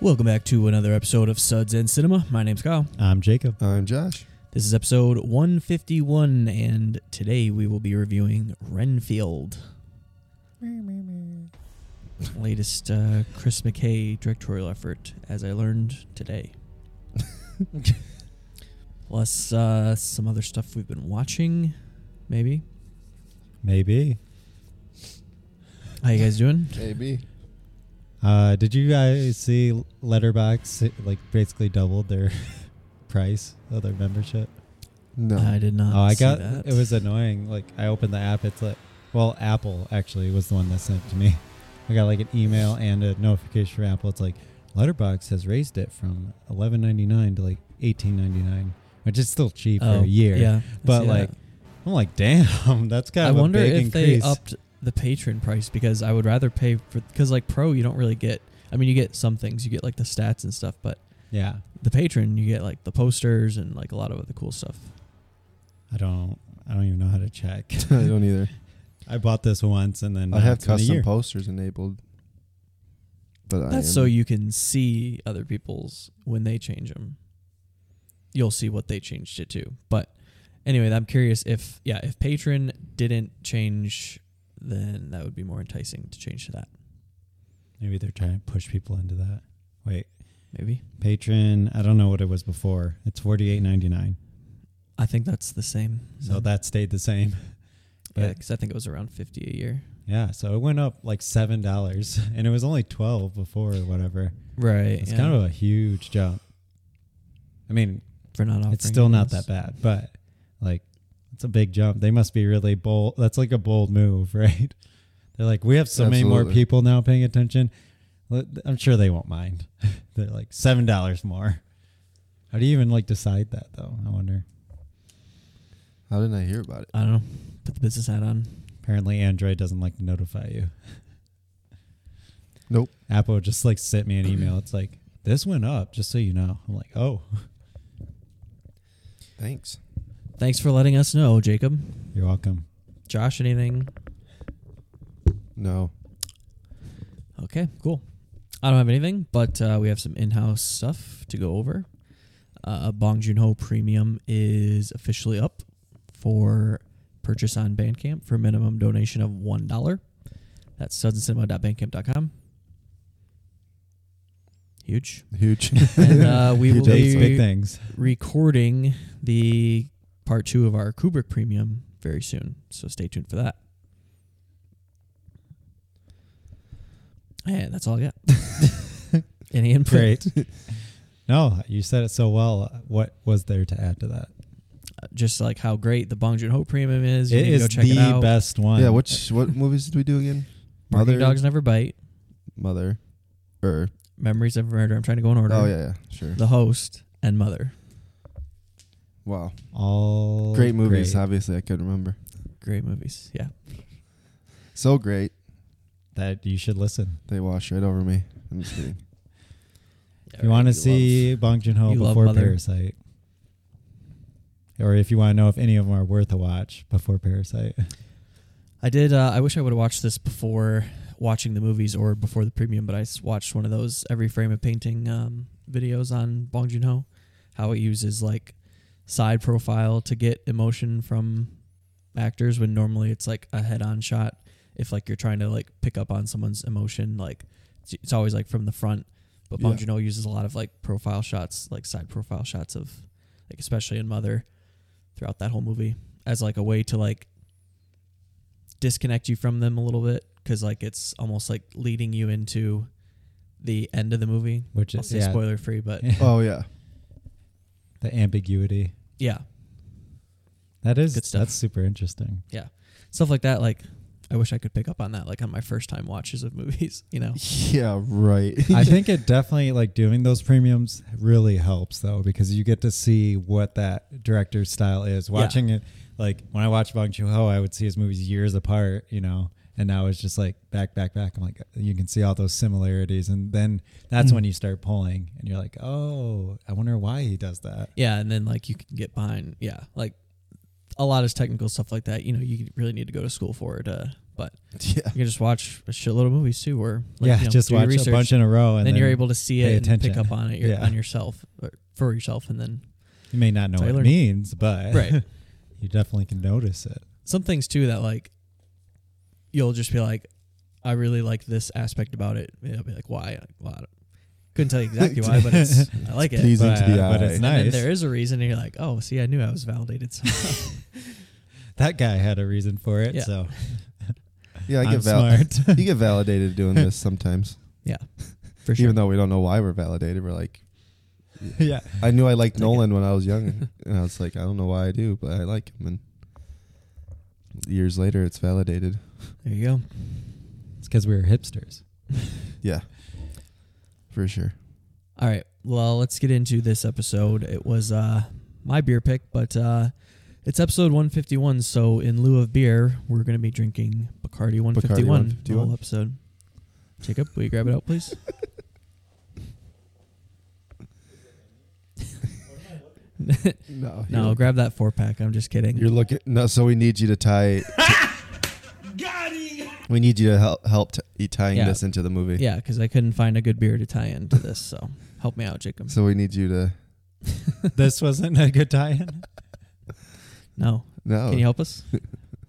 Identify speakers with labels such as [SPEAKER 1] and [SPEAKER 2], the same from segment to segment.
[SPEAKER 1] Welcome back to another episode of Suds and Cinema. My name's Kyle.
[SPEAKER 2] I'm Jacob.
[SPEAKER 3] I'm Josh.
[SPEAKER 1] This is episode 151, and today we will be reviewing Renfield, latest uh, Chris McKay directorial effort, as I learned today. Plus uh, some other stuff we've been watching, maybe.
[SPEAKER 2] Maybe.
[SPEAKER 1] How you guys doing?
[SPEAKER 3] AB.
[SPEAKER 2] Uh, did you guys see Letterbox like basically doubled their price of their membership?
[SPEAKER 3] No.
[SPEAKER 1] I did not.
[SPEAKER 2] oh, I
[SPEAKER 1] see
[SPEAKER 2] got
[SPEAKER 1] that.
[SPEAKER 2] it was annoying. Like I opened the app, it's like well, Apple actually was the one that sent it to me. I got like an email and a notification from Apple. It's like Letterbox has raised it from eleven ninety nine to like eighteen ninety nine, which is still cheap
[SPEAKER 1] oh,
[SPEAKER 2] for a year.
[SPEAKER 1] Yeah, I
[SPEAKER 2] But
[SPEAKER 1] see that.
[SPEAKER 2] like, I'm like, damn, that's kind
[SPEAKER 1] I
[SPEAKER 2] of a
[SPEAKER 1] wonder
[SPEAKER 2] big
[SPEAKER 1] if
[SPEAKER 2] increase.
[SPEAKER 1] they upped the patron price because I would rather pay for because like pro you don't really get. I mean, you get some things, you get like the stats and stuff, but
[SPEAKER 2] yeah,
[SPEAKER 1] the patron you get like the posters and like a lot of other cool stuff.
[SPEAKER 2] I don't, I don't even know how to check.
[SPEAKER 3] I don't either.
[SPEAKER 2] I bought this once and then
[SPEAKER 3] I have
[SPEAKER 2] it's been a
[SPEAKER 3] custom
[SPEAKER 2] year.
[SPEAKER 3] posters enabled. But I
[SPEAKER 1] That's
[SPEAKER 3] am-
[SPEAKER 1] so you can see other people's when they change them. You'll see what they changed it to. But anyway, I'm curious if yeah, if patron didn't change, then that would be more enticing to change to that.
[SPEAKER 2] Maybe they're trying to push people into that. Wait,
[SPEAKER 1] Maybe
[SPEAKER 2] patron. I don't know what it was before. It's forty eight ninety nine,
[SPEAKER 1] I think that's the same.
[SPEAKER 2] so
[SPEAKER 3] Mm-hmm.
[SPEAKER 2] that stayed the same.
[SPEAKER 1] yeah,
[SPEAKER 2] but-
[SPEAKER 1] because I think it was around fifty a year.
[SPEAKER 2] Yeah, so it went up like seven dollars, and it was only twelve before or whatever.
[SPEAKER 1] Right.
[SPEAKER 2] It's
[SPEAKER 1] yeah.
[SPEAKER 2] kind of a huge jump. I mean,
[SPEAKER 1] for not offering.
[SPEAKER 2] it's still not
[SPEAKER 1] those.
[SPEAKER 2] that bad, but like, it's a big jump. They must be really bold. That's like a bold move, right? They're like, we have so many more
[SPEAKER 3] Absolutely.
[SPEAKER 2] people now paying attention. Let- I'm sure they won't mind. They're like seven dollars more. How do you even like decide that though? I wonder.
[SPEAKER 3] How didn't I hear about it?
[SPEAKER 1] I don't know. Put the business hat on.
[SPEAKER 2] Apparently, Android doesn't like to notify you.
[SPEAKER 3] Nope.
[SPEAKER 2] Apple just like sent me an email. It's like this went up, just so you know. I'm like, oh,
[SPEAKER 3] Thanks.
[SPEAKER 1] Thanks for letting us know, Jacob.
[SPEAKER 2] you're welcome.
[SPEAKER 1] Josh, anything?
[SPEAKER 3] No.
[SPEAKER 1] Okay, cool. I don't have anything, but uh, we have some in-house stuff to go over. Uh, Bong Joon-ho Premium is officially up for purchase on Bandcamp for minimum donation of one dollar. That's sudsandcinema.bandcamp.com. Huge.
[SPEAKER 3] Huge.
[SPEAKER 1] And uh, we
[SPEAKER 3] Huge
[SPEAKER 1] will
[SPEAKER 2] Big,
[SPEAKER 3] Thanks,
[SPEAKER 1] be
[SPEAKER 2] big things.
[SPEAKER 1] recording the part two of our Kubrick premium very soon. So stay tuned for that. And that's all I got. Any input?
[SPEAKER 2] Great. no, you said it so well. What was there to add to that?
[SPEAKER 1] Uh, Just like how great the Bong Joon Ho premium is. You
[SPEAKER 2] It
[SPEAKER 1] need to
[SPEAKER 2] is
[SPEAKER 1] go check
[SPEAKER 2] the
[SPEAKER 1] it out.
[SPEAKER 2] best one.
[SPEAKER 3] yeah, which what movies did we do again?
[SPEAKER 1] Barking
[SPEAKER 3] Mother
[SPEAKER 1] Dogs Never Bite,
[SPEAKER 3] Mother. Er.
[SPEAKER 1] Memories of Murder. I'm trying to go in order.
[SPEAKER 3] Oh yeah, yeah. Sure.
[SPEAKER 1] The host and Mother.
[SPEAKER 3] Wow.
[SPEAKER 2] all
[SPEAKER 3] Great movies,
[SPEAKER 2] great.
[SPEAKER 3] obviously I couldn't remember.
[SPEAKER 1] Great movies. Yeah.
[SPEAKER 3] So great.
[SPEAKER 2] that you should listen.
[SPEAKER 3] They wash right over me. I'm just kidding.
[SPEAKER 2] If you want to see Bong Joon Ho
[SPEAKER 1] you love
[SPEAKER 2] before
[SPEAKER 1] Mother.
[SPEAKER 2] Parasite, or if you want to know if any of them are worth a watch before Parasite,
[SPEAKER 1] I did. Uh, I wish I would have watched this before watching the movies or before the premium, but I s- watched one of those every frame of painting um, videos on Bong Joon Ho, how it uses like side profile to get emotion from actors when normally it's like a head on shot. If like you're trying to like pick up on someone's emotion, like it's, it's always like from the front. But Bong
[SPEAKER 3] Yeah.
[SPEAKER 1] Joon Ho uses a lot of like profile shots, like side profile shots of like especially in Mother throughout that whole movie as like a way to like disconnect you from them a little bit because like it's almost like leading you into the end of the movie.
[SPEAKER 2] which
[SPEAKER 1] I'll
[SPEAKER 2] is
[SPEAKER 1] say
[SPEAKER 2] yeah,
[SPEAKER 1] spoiler free, but
[SPEAKER 3] Oh yeah.
[SPEAKER 2] the ambiguity.
[SPEAKER 1] yeah,
[SPEAKER 2] That is
[SPEAKER 1] Good stuff.
[SPEAKER 2] That's super interesting.
[SPEAKER 1] stuff like that. Like I wish I could pick up on that, like on my first time watches of movies. You know,
[SPEAKER 3] Yeah, right.
[SPEAKER 2] I think it definitely like doing those premiums really helps though because you get to see what that director's style is. Watching it like when I watched Bong Joon Ho, I would see his movies years apart, you know, and now it's just like back, back, back. I'm like, you can see all those similarities, and then that's
[SPEAKER 1] Mhm.
[SPEAKER 2] when you start pulling, and you're like, oh, I wonder why he does that.
[SPEAKER 1] yeah, and then like you can get behind, yeah, like a lot of technical stuff like that. You know, you really need to go to school for to But
[SPEAKER 3] Yeah.
[SPEAKER 1] you can just watch a shitload of movies too, or like,
[SPEAKER 2] yeah,
[SPEAKER 1] you know,
[SPEAKER 2] just
[SPEAKER 1] do your
[SPEAKER 2] watch a
[SPEAKER 1] research,
[SPEAKER 2] bunch in a row, and
[SPEAKER 1] then,
[SPEAKER 2] then,
[SPEAKER 1] you're able to see
[SPEAKER 2] pay
[SPEAKER 1] it and pick
[SPEAKER 2] attention.
[SPEAKER 1] up on it your,
[SPEAKER 2] Yeah.
[SPEAKER 1] on yourself or for yourself, and then
[SPEAKER 2] You may not know what
[SPEAKER 1] Taylor.
[SPEAKER 2] it means, but
[SPEAKER 1] Right.
[SPEAKER 2] you definitely can notice it.
[SPEAKER 1] some things too that like you'll just be like, I really like this aspect about it. And I'll be like, why? Well, I don't, couldn't tell you exactly why, but it's I like it.
[SPEAKER 3] Please. Pleasing
[SPEAKER 2] but,
[SPEAKER 3] to the
[SPEAKER 2] but
[SPEAKER 3] eye.
[SPEAKER 2] it's
[SPEAKER 1] and then
[SPEAKER 2] nice.
[SPEAKER 1] there is a reason, and you're like, oh, see, I knew I was validated. somehow."
[SPEAKER 2] that guy had a reason for it,
[SPEAKER 1] Yeah.
[SPEAKER 2] so
[SPEAKER 3] Yeah, I
[SPEAKER 2] I'm
[SPEAKER 3] get val-
[SPEAKER 2] smart.
[SPEAKER 3] you get validated doing this sometimes.
[SPEAKER 1] for sure.
[SPEAKER 3] Even though we don't know why we're validated, we're like,
[SPEAKER 2] yeah,
[SPEAKER 3] I knew I liked Nolan when I was young, and I was like, I don't know why I do, but I like him. And years later, it's validated.
[SPEAKER 1] There you go.
[SPEAKER 2] it's because we were hipsters.
[SPEAKER 3] Yeah, for sure.
[SPEAKER 1] All right. Well, let's get into this episode. It was uh, my beer pick, but uh, it's episode 151. So, in lieu of beer, we're going to be drinking Bacardi 151, the
[SPEAKER 3] 151.
[SPEAKER 1] whole episode. Jacob, will you grab it out, please?
[SPEAKER 3] No,
[SPEAKER 1] no, grab that four pack. I'm just kidding.
[SPEAKER 3] You're looking no, so we need you to tie. We need you to help help t- e- tying
[SPEAKER 1] Yeah.
[SPEAKER 3] this into the movie.
[SPEAKER 1] yeah, because I couldn't find a good beer to tie into this. So, help me out, Jacob.
[SPEAKER 3] So we need you to
[SPEAKER 2] this wasn't a good tie-in.
[SPEAKER 1] No.
[SPEAKER 3] no
[SPEAKER 1] Can you help us?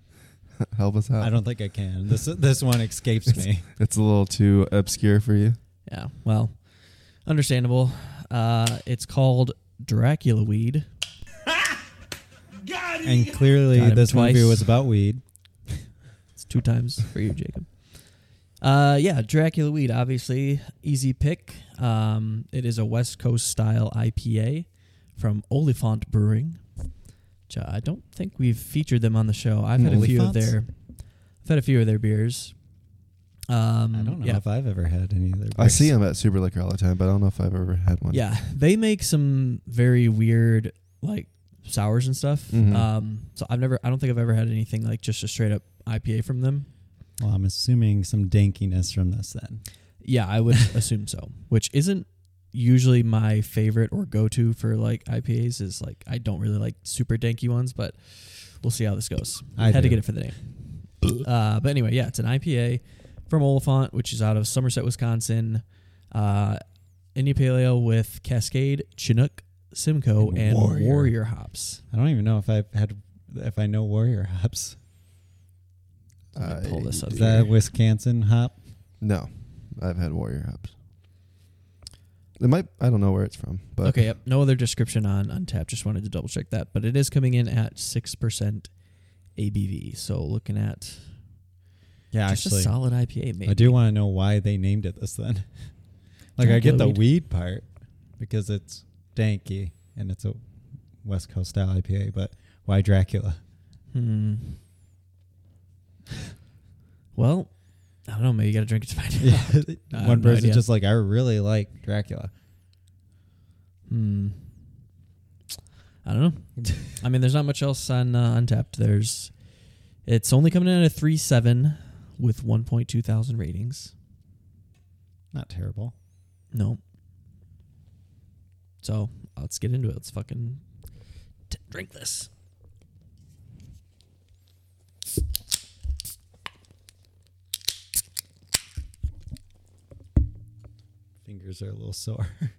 [SPEAKER 3] help us out.
[SPEAKER 2] I don't think I can. This this one escapes me.
[SPEAKER 3] It's a little too obscure for you.
[SPEAKER 1] Yeah. Well, understandable. Uh, it's called Dracula Weed.
[SPEAKER 2] And clearly,
[SPEAKER 1] Got him
[SPEAKER 2] this
[SPEAKER 1] twice.
[SPEAKER 2] movie was about weed.
[SPEAKER 1] It's two times for you, Jacob. Uh, yeah, Dracula Weed, obviously, easy pick. Um, it is a West Coast style IPA from Olifant Brewing. Which uh, I don't think we've featured them on the show. I've had a few of
[SPEAKER 2] Oliphant's?
[SPEAKER 1] their, I've had a few of their beers. Um,
[SPEAKER 2] I don't know
[SPEAKER 1] Yeah,
[SPEAKER 2] if I've ever had any of their.
[SPEAKER 3] I see
[SPEAKER 2] beers.
[SPEAKER 3] him at Super Liquor all the time, but I don't know if I've ever had one.
[SPEAKER 1] yeah, they make some very weird like sours and stuff.
[SPEAKER 3] Mhm.
[SPEAKER 1] Um, so I've never, I don't think I've ever had anything like just a straight up IPA from them.
[SPEAKER 2] Well, I'm assuming some dankiness from this then.
[SPEAKER 1] Yeah, I would assume so. Which isn't usually my favorite or go to for like IPAs. Is like I don't really like super danky ones, but we'll see how this goes.
[SPEAKER 2] I
[SPEAKER 1] had to
[SPEAKER 2] do.
[SPEAKER 1] get it for the name. Uh, but anyway, yeah, it's an IPA from Oliphant, which is out of Somerset, Wisconsin. Uh, India Paleo with Cascade, Chinook, Simcoe,
[SPEAKER 2] And
[SPEAKER 1] and Warrior,
[SPEAKER 2] Warrior.
[SPEAKER 1] hops.
[SPEAKER 2] I don't even know if I've had if I know Warrior hops.
[SPEAKER 1] Let me pull this up
[SPEAKER 2] Is
[SPEAKER 1] here.
[SPEAKER 2] that a Wisconsin hop?
[SPEAKER 3] No, I've had Warrior hops. It might. I don't know where it's from, but
[SPEAKER 1] Okay, yep. No other description on Untapped. Just wanted to double check that. But it is coming in at 6% ABV. So looking at
[SPEAKER 2] Yeah,
[SPEAKER 1] just a
[SPEAKER 2] actually,
[SPEAKER 1] solid IPA, maybe.
[SPEAKER 2] I do want to know why they named it this then. like I
[SPEAKER 1] Dracula
[SPEAKER 2] get the
[SPEAKER 1] weed.
[SPEAKER 2] weed. part because it's danky and it's a West Coast style IPA, but why Dracula?
[SPEAKER 1] Hmm. Well, I don't know. Maybe you got to drink it to find out.
[SPEAKER 2] Yeah.
[SPEAKER 1] I have
[SPEAKER 2] One
[SPEAKER 1] no
[SPEAKER 2] person
[SPEAKER 1] idea.
[SPEAKER 2] just like I really like Dracula.
[SPEAKER 1] Hmm. I don't know. I mean, there's not much else on uh, Untapped. There's, it's only coming in at a three seven, with 1.2 thousand ratings.
[SPEAKER 2] Not terrible.
[SPEAKER 1] No. So let's get into it. Let's fucking t- drink this.
[SPEAKER 2] Fingers are a little sore.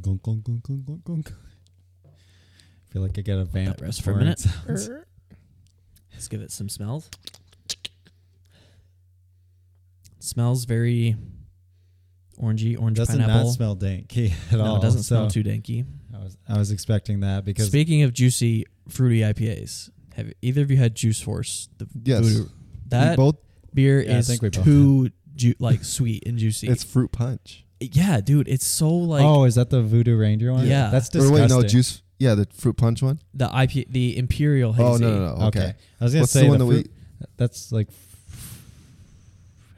[SPEAKER 2] Gonk, gonk, gonk, gonk, gonk, gonk. I feel like I got a vamp.
[SPEAKER 1] that rest for a
[SPEAKER 2] horn
[SPEAKER 1] minute.
[SPEAKER 2] sounds.
[SPEAKER 1] Let's give it some smells. smells very orangey, orange
[SPEAKER 2] Doesn't
[SPEAKER 1] pineapple.
[SPEAKER 2] not smell danky at
[SPEAKER 1] no,
[SPEAKER 2] all.
[SPEAKER 1] it doesn't smell
[SPEAKER 2] so
[SPEAKER 1] too danky.
[SPEAKER 2] I was I was expecting that because
[SPEAKER 1] Speaking of juicy, fruity IPAs, have either of you had Juice Force? The
[SPEAKER 3] Yes.
[SPEAKER 1] voodoo-
[SPEAKER 3] we
[SPEAKER 1] that
[SPEAKER 3] both.
[SPEAKER 1] beer
[SPEAKER 2] Yeah, I
[SPEAKER 1] is
[SPEAKER 2] think we both
[SPEAKER 1] too ju- like sweet and juicy.
[SPEAKER 3] It's fruit punch.
[SPEAKER 1] yeah, dude, it's so like
[SPEAKER 2] oh, is that the Voodoo Ranger one?
[SPEAKER 1] Yeah.
[SPEAKER 2] that's
[SPEAKER 3] Or
[SPEAKER 2] disgusting.
[SPEAKER 3] wait, no juice. Yeah, the fruit punch one.
[SPEAKER 1] the IP, the Imperial hazy.
[SPEAKER 3] Oh no, no,
[SPEAKER 2] Okay.
[SPEAKER 3] no. Okay.
[SPEAKER 2] I was gonna
[SPEAKER 3] What's
[SPEAKER 2] say
[SPEAKER 3] the one that
[SPEAKER 2] fruit-
[SPEAKER 3] we?
[SPEAKER 2] That's like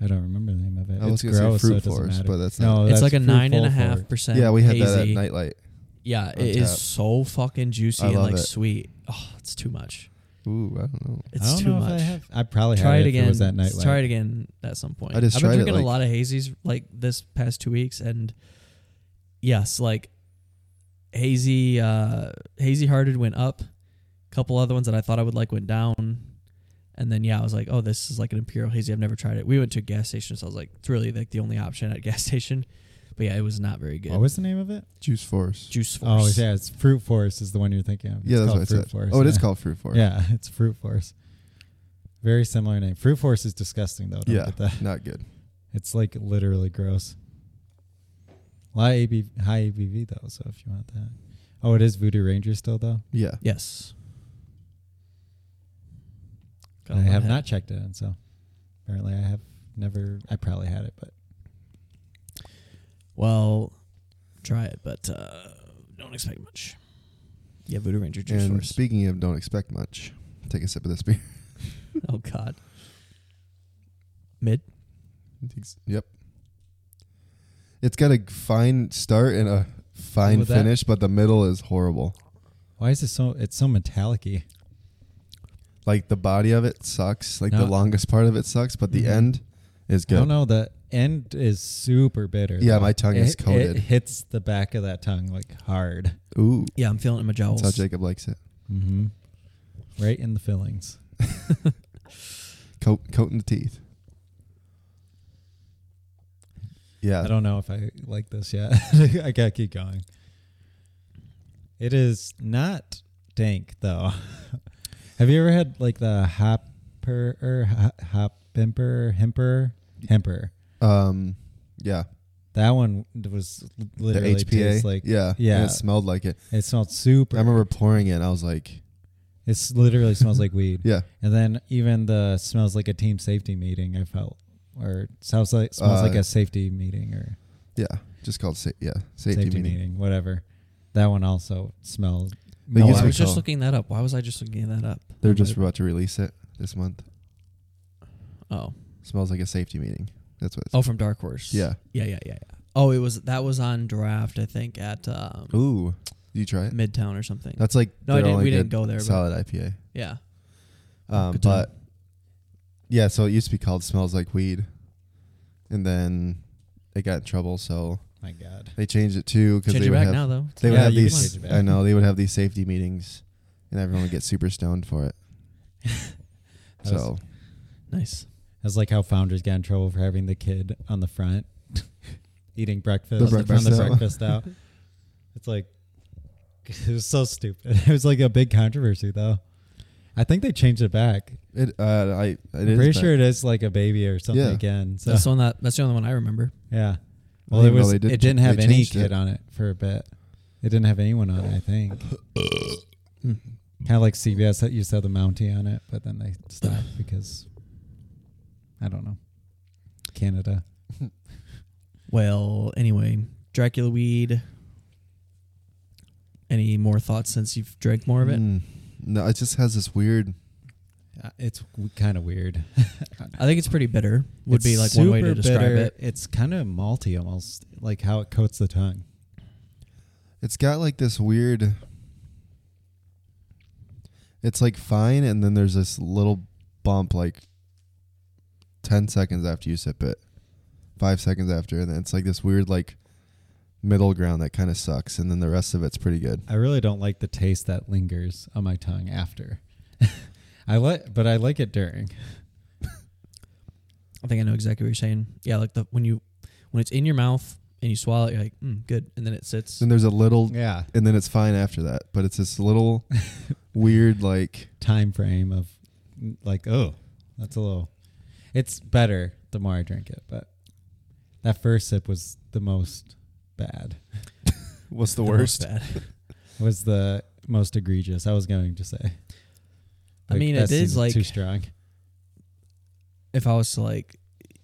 [SPEAKER 2] I don't remember the name of it.
[SPEAKER 3] I was
[SPEAKER 2] it's
[SPEAKER 3] gonna say
[SPEAKER 2] gross, so
[SPEAKER 3] fruit
[SPEAKER 2] it doesn't
[SPEAKER 3] forest,
[SPEAKER 2] matter.
[SPEAKER 3] but that's
[SPEAKER 2] no,
[SPEAKER 3] not-
[SPEAKER 1] it's
[SPEAKER 2] that's
[SPEAKER 1] like a
[SPEAKER 2] fruit
[SPEAKER 1] nine and a
[SPEAKER 2] full
[SPEAKER 1] half
[SPEAKER 2] forward.
[SPEAKER 1] percent.
[SPEAKER 3] Yeah, we had that at
[SPEAKER 1] hazy.
[SPEAKER 3] Nightlight.
[SPEAKER 1] Yeah,
[SPEAKER 3] on
[SPEAKER 1] it is
[SPEAKER 3] tap.
[SPEAKER 1] so fucking juicy
[SPEAKER 3] I
[SPEAKER 1] and
[SPEAKER 3] love
[SPEAKER 1] like
[SPEAKER 3] it.
[SPEAKER 1] sweet. Oh, it's too much.
[SPEAKER 3] Ooh, I don't know.
[SPEAKER 1] It's
[SPEAKER 2] I don't
[SPEAKER 1] too
[SPEAKER 2] know
[SPEAKER 1] much.
[SPEAKER 2] if I have. I probably
[SPEAKER 1] try
[SPEAKER 2] had
[SPEAKER 1] it
[SPEAKER 2] it,
[SPEAKER 1] again.
[SPEAKER 2] If it was that night.
[SPEAKER 1] Try it again at some point.
[SPEAKER 3] I just
[SPEAKER 1] I've been
[SPEAKER 3] tried it,
[SPEAKER 1] drinking
[SPEAKER 3] like-
[SPEAKER 1] a lot of hazies like this past two weeks, and yes, like hazy, uh, hazy hearted went up. couple other ones that I thought I would like went down, and then yeah, I was like, oh, this is like an imperial hazy. I've never tried it. We went to a gas station, so I was like, it's really like the only option at a gas station. But yeah, it was not very good.
[SPEAKER 2] What was the name of it?
[SPEAKER 3] Juice Force.
[SPEAKER 1] Juice
[SPEAKER 2] Oh,
[SPEAKER 1] Force?
[SPEAKER 2] yeah, it's Fruit Force is the one you're thinking of. It's
[SPEAKER 3] yeah, that's
[SPEAKER 2] called
[SPEAKER 3] what I
[SPEAKER 2] Fruit
[SPEAKER 3] said.
[SPEAKER 2] Force,
[SPEAKER 3] oh, it is
[SPEAKER 2] yeah.
[SPEAKER 3] called Fruit Force.
[SPEAKER 2] Yeah, it's Fruit Force. Very similar name. Fruit Force is disgusting though. Don't
[SPEAKER 3] Yeah,
[SPEAKER 2] get that.
[SPEAKER 3] not good.
[SPEAKER 2] It's like literally gross. A lot of ABV, high ABV though, so if you want that. Oh, it is Voodoo Ranger still though.
[SPEAKER 3] Yeah,
[SPEAKER 1] Yes. Got a
[SPEAKER 2] I
[SPEAKER 1] lot
[SPEAKER 2] have
[SPEAKER 1] of-
[SPEAKER 2] not checked it, in, so apparently I have never. I probably had it, but
[SPEAKER 1] Well, try it, but uh, don't expect much. Yeah, Voodoo Ranger juice
[SPEAKER 3] and
[SPEAKER 1] force.
[SPEAKER 3] speaking of, don't expect much. Take a sip of this beer.
[SPEAKER 1] oh God. Mid.
[SPEAKER 3] Ex- Yep. It's got a fine start and a fine
[SPEAKER 2] With that-
[SPEAKER 3] finish, but the middle is horrible.
[SPEAKER 2] why is it so? It's so metallic-y.
[SPEAKER 3] Like the body of it sucks. Like the
[SPEAKER 2] No.
[SPEAKER 3] longest part of it sucks, but the
[SPEAKER 2] Mhm.
[SPEAKER 3] end is
[SPEAKER 2] I
[SPEAKER 3] good.
[SPEAKER 2] don't know. The end is super bitter.
[SPEAKER 3] Yeah,
[SPEAKER 2] though.
[SPEAKER 3] my tongue is
[SPEAKER 2] It-
[SPEAKER 3] coated.
[SPEAKER 2] It hits the back of that tongue like hard.
[SPEAKER 3] Ooh,
[SPEAKER 1] Yeah, I'm feeling it in my jowls.
[SPEAKER 3] that's how Jacob likes it.
[SPEAKER 2] Mm-hmm. Right in the fillings.
[SPEAKER 3] Coat, coat in the teeth.
[SPEAKER 2] I
[SPEAKER 3] Yeah,
[SPEAKER 2] don't know if I like this yet. I gotta keep going. It is not dank though. Have you ever had like the hopper or hop, hop emperor hemper hemper?
[SPEAKER 3] um, yeah.
[SPEAKER 2] That one was
[SPEAKER 3] The
[SPEAKER 2] literally
[SPEAKER 3] HPA,
[SPEAKER 2] tastes like
[SPEAKER 3] yeah, and
[SPEAKER 2] yeah.
[SPEAKER 3] It smelled like it.
[SPEAKER 2] it smelled super.
[SPEAKER 3] I remember pouring it. and I was like,
[SPEAKER 2] It's literally smells like weed.
[SPEAKER 3] yeah,
[SPEAKER 2] And then even the smells like a team safety meeting. I felt or sounds like smells
[SPEAKER 3] Uh,
[SPEAKER 2] like a safety meeting or
[SPEAKER 3] yeah, just called sa- yeah safety,
[SPEAKER 2] safety,
[SPEAKER 3] meeting.
[SPEAKER 2] meeting. whatever. That one also smelled.
[SPEAKER 3] They
[SPEAKER 1] Oh,
[SPEAKER 3] use
[SPEAKER 1] I
[SPEAKER 3] what
[SPEAKER 1] was
[SPEAKER 3] we
[SPEAKER 1] just
[SPEAKER 3] call-
[SPEAKER 1] looking that up. Why was I just looking that up?
[SPEAKER 3] They're just about to release it this month.
[SPEAKER 1] Oh,
[SPEAKER 3] Smells like a safety meeting. That's what. It's
[SPEAKER 1] oh, from Dark Horse.
[SPEAKER 3] Yeah.
[SPEAKER 1] yeah, yeah, yeah, yeah. Oh, it was that was on draft, I think, at um,
[SPEAKER 3] Ooh, did you try it?
[SPEAKER 1] Midtown or something.
[SPEAKER 3] That's like
[SPEAKER 1] No, I
[SPEAKER 3] their
[SPEAKER 1] didn't-
[SPEAKER 3] only
[SPEAKER 1] we didn't
[SPEAKER 3] good
[SPEAKER 1] go there, but-
[SPEAKER 3] Solid IPA.
[SPEAKER 1] yeah,
[SPEAKER 3] Um,
[SPEAKER 1] Good time.
[SPEAKER 3] but yeah, so it used to be called "Smells Like Weed," and then they got in trouble, so
[SPEAKER 2] My God.
[SPEAKER 3] they changed it too because
[SPEAKER 1] change
[SPEAKER 3] they
[SPEAKER 1] it
[SPEAKER 3] would
[SPEAKER 1] back
[SPEAKER 3] have
[SPEAKER 1] now though.
[SPEAKER 3] they would
[SPEAKER 2] Yeah,
[SPEAKER 3] have
[SPEAKER 2] you can
[SPEAKER 3] these.
[SPEAKER 2] change it back.
[SPEAKER 3] I know they would have these safety meetings, and everyone would get super stoned for it.
[SPEAKER 2] That was-
[SPEAKER 3] so
[SPEAKER 1] Nice.
[SPEAKER 2] That's like how founders got in trouble for having the kid on the front eating breakfast,
[SPEAKER 3] The breakfast
[SPEAKER 2] on the
[SPEAKER 3] out.
[SPEAKER 2] breakfast out. It's like it was so stupid. It was like a big controversy though. I think they changed it back.
[SPEAKER 3] it, uh, I it
[SPEAKER 2] I'm
[SPEAKER 3] is
[SPEAKER 2] pretty
[SPEAKER 3] back.
[SPEAKER 2] sure it is like a baby or something
[SPEAKER 3] Yeah.
[SPEAKER 2] again. So
[SPEAKER 1] that's the one that that's the only one I remember.
[SPEAKER 2] yeah.
[SPEAKER 3] I
[SPEAKER 2] Well, it
[SPEAKER 3] didn't know
[SPEAKER 2] was.
[SPEAKER 3] they did
[SPEAKER 2] it
[SPEAKER 3] cha-
[SPEAKER 2] didn't have
[SPEAKER 3] they
[SPEAKER 2] any
[SPEAKER 3] changed it.
[SPEAKER 2] kid on it for a bit. It didn't have anyone on it. I think. kind of like CBS that used to have the Mountie on it, but then they stopped because I don't know Canada.
[SPEAKER 1] Well, anyway, Dracula weed. Any more thoughts since you've drank more of it?
[SPEAKER 3] Mm. no, it just has this weird.
[SPEAKER 2] Uh, It's w- kind of weird.
[SPEAKER 1] I think it's pretty bitter. Would be like
[SPEAKER 2] It's
[SPEAKER 1] one way to
[SPEAKER 2] super
[SPEAKER 1] describe
[SPEAKER 2] bitter.
[SPEAKER 1] it.
[SPEAKER 2] It's kind of malty almost, like how it coats the tongue.
[SPEAKER 3] It's got like this weird. It's like fine, and then there's this little bump like 10 seconds after you sip it, five seconds after, and then it's like this weird, like middle ground that kind of sucks, and then the rest of it's pretty good.
[SPEAKER 2] I really don't like the taste that lingers on my tongue after. I like, but I like it during.
[SPEAKER 1] I think I know exactly what you're saying. Yeah, like the when you when it's in your mouth and you swallow it, you're like, mm, good, and then it sits.
[SPEAKER 3] Then there's a little,
[SPEAKER 2] Yeah,
[SPEAKER 3] and then it's fine after that, but it's this little weird, like,
[SPEAKER 2] time frame of like, oh, that's a little. It's better the more I drink it, but that first sip was the most bad.
[SPEAKER 3] what's the
[SPEAKER 1] That was
[SPEAKER 3] worst?
[SPEAKER 1] bad.
[SPEAKER 2] Was the most egregious. I was going to say.
[SPEAKER 1] I mean,
[SPEAKER 2] that
[SPEAKER 1] it is
[SPEAKER 2] seems
[SPEAKER 1] like-
[SPEAKER 2] too strong.
[SPEAKER 1] If I was to like,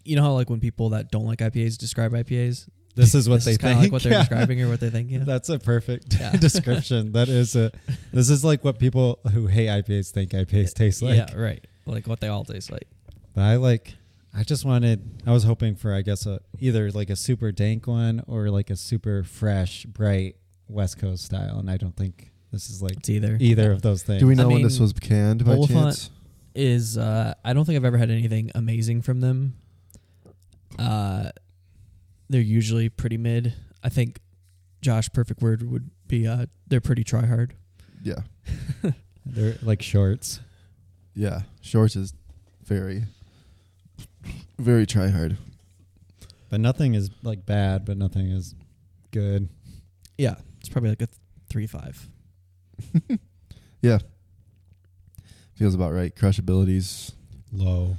[SPEAKER 1] you know how like when people that don't like IPAs describe IPAs,
[SPEAKER 2] This is what
[SPEAKER 1] this
[SPEAKER 2] they
[SPEAKER 1] is kind of like
[SPEAKER 2] think.
[SPEAKER 1] what they're
[SPEAKER 2] Yeah.
[SPEAKER 1] describing or what they think. Yeah,
[SPEAKER 2] That's a perfect
[SPEAKER 1] Yeah.
[SPEAKER 2] description. That is a. This is like what people who hate IPAs think IPAs taste like.
[SPEAKER 1] yeah, right. Like what they all taste like.
[SPEAKER 2] But I like. I just wanted. I was hoping for, I guess, a, either like a super dank one or like a super fresh, bright West Coast style. And I don't think this is like
[SPEAKER 1] It's either
[SPEAKER 2] either of those things.
[SPEAKER 3] Do we know
[SPEAKER 1] I
[SPEAKER 3] when this
[SPEAKER 1] mean,
[SPEAKER 3] was canned by
[SPEAKER 1] Olafant-
[SPEAKER 3] chance?
[SPEAKER 1] is uh, I don't think I've ever had anything amazing from them. Uh, they're usually pretty mid. I think Josh, perfect word would be uh, they're pretty try hard.
[SPEAKER 3] Yeah.
[SPEAKER 2] They're like shorts.
[SPEAKER 3] Yeah. Shorts is very, very try hard.
[SPEAKER 2] But nothing is like bad, but nothing is good.
[SPEAKER 1] Yeah, it's probably like a th- three five.
[SPEAKER 3] Feels about right. Crushabilities.
[SPEAKER 2] Low.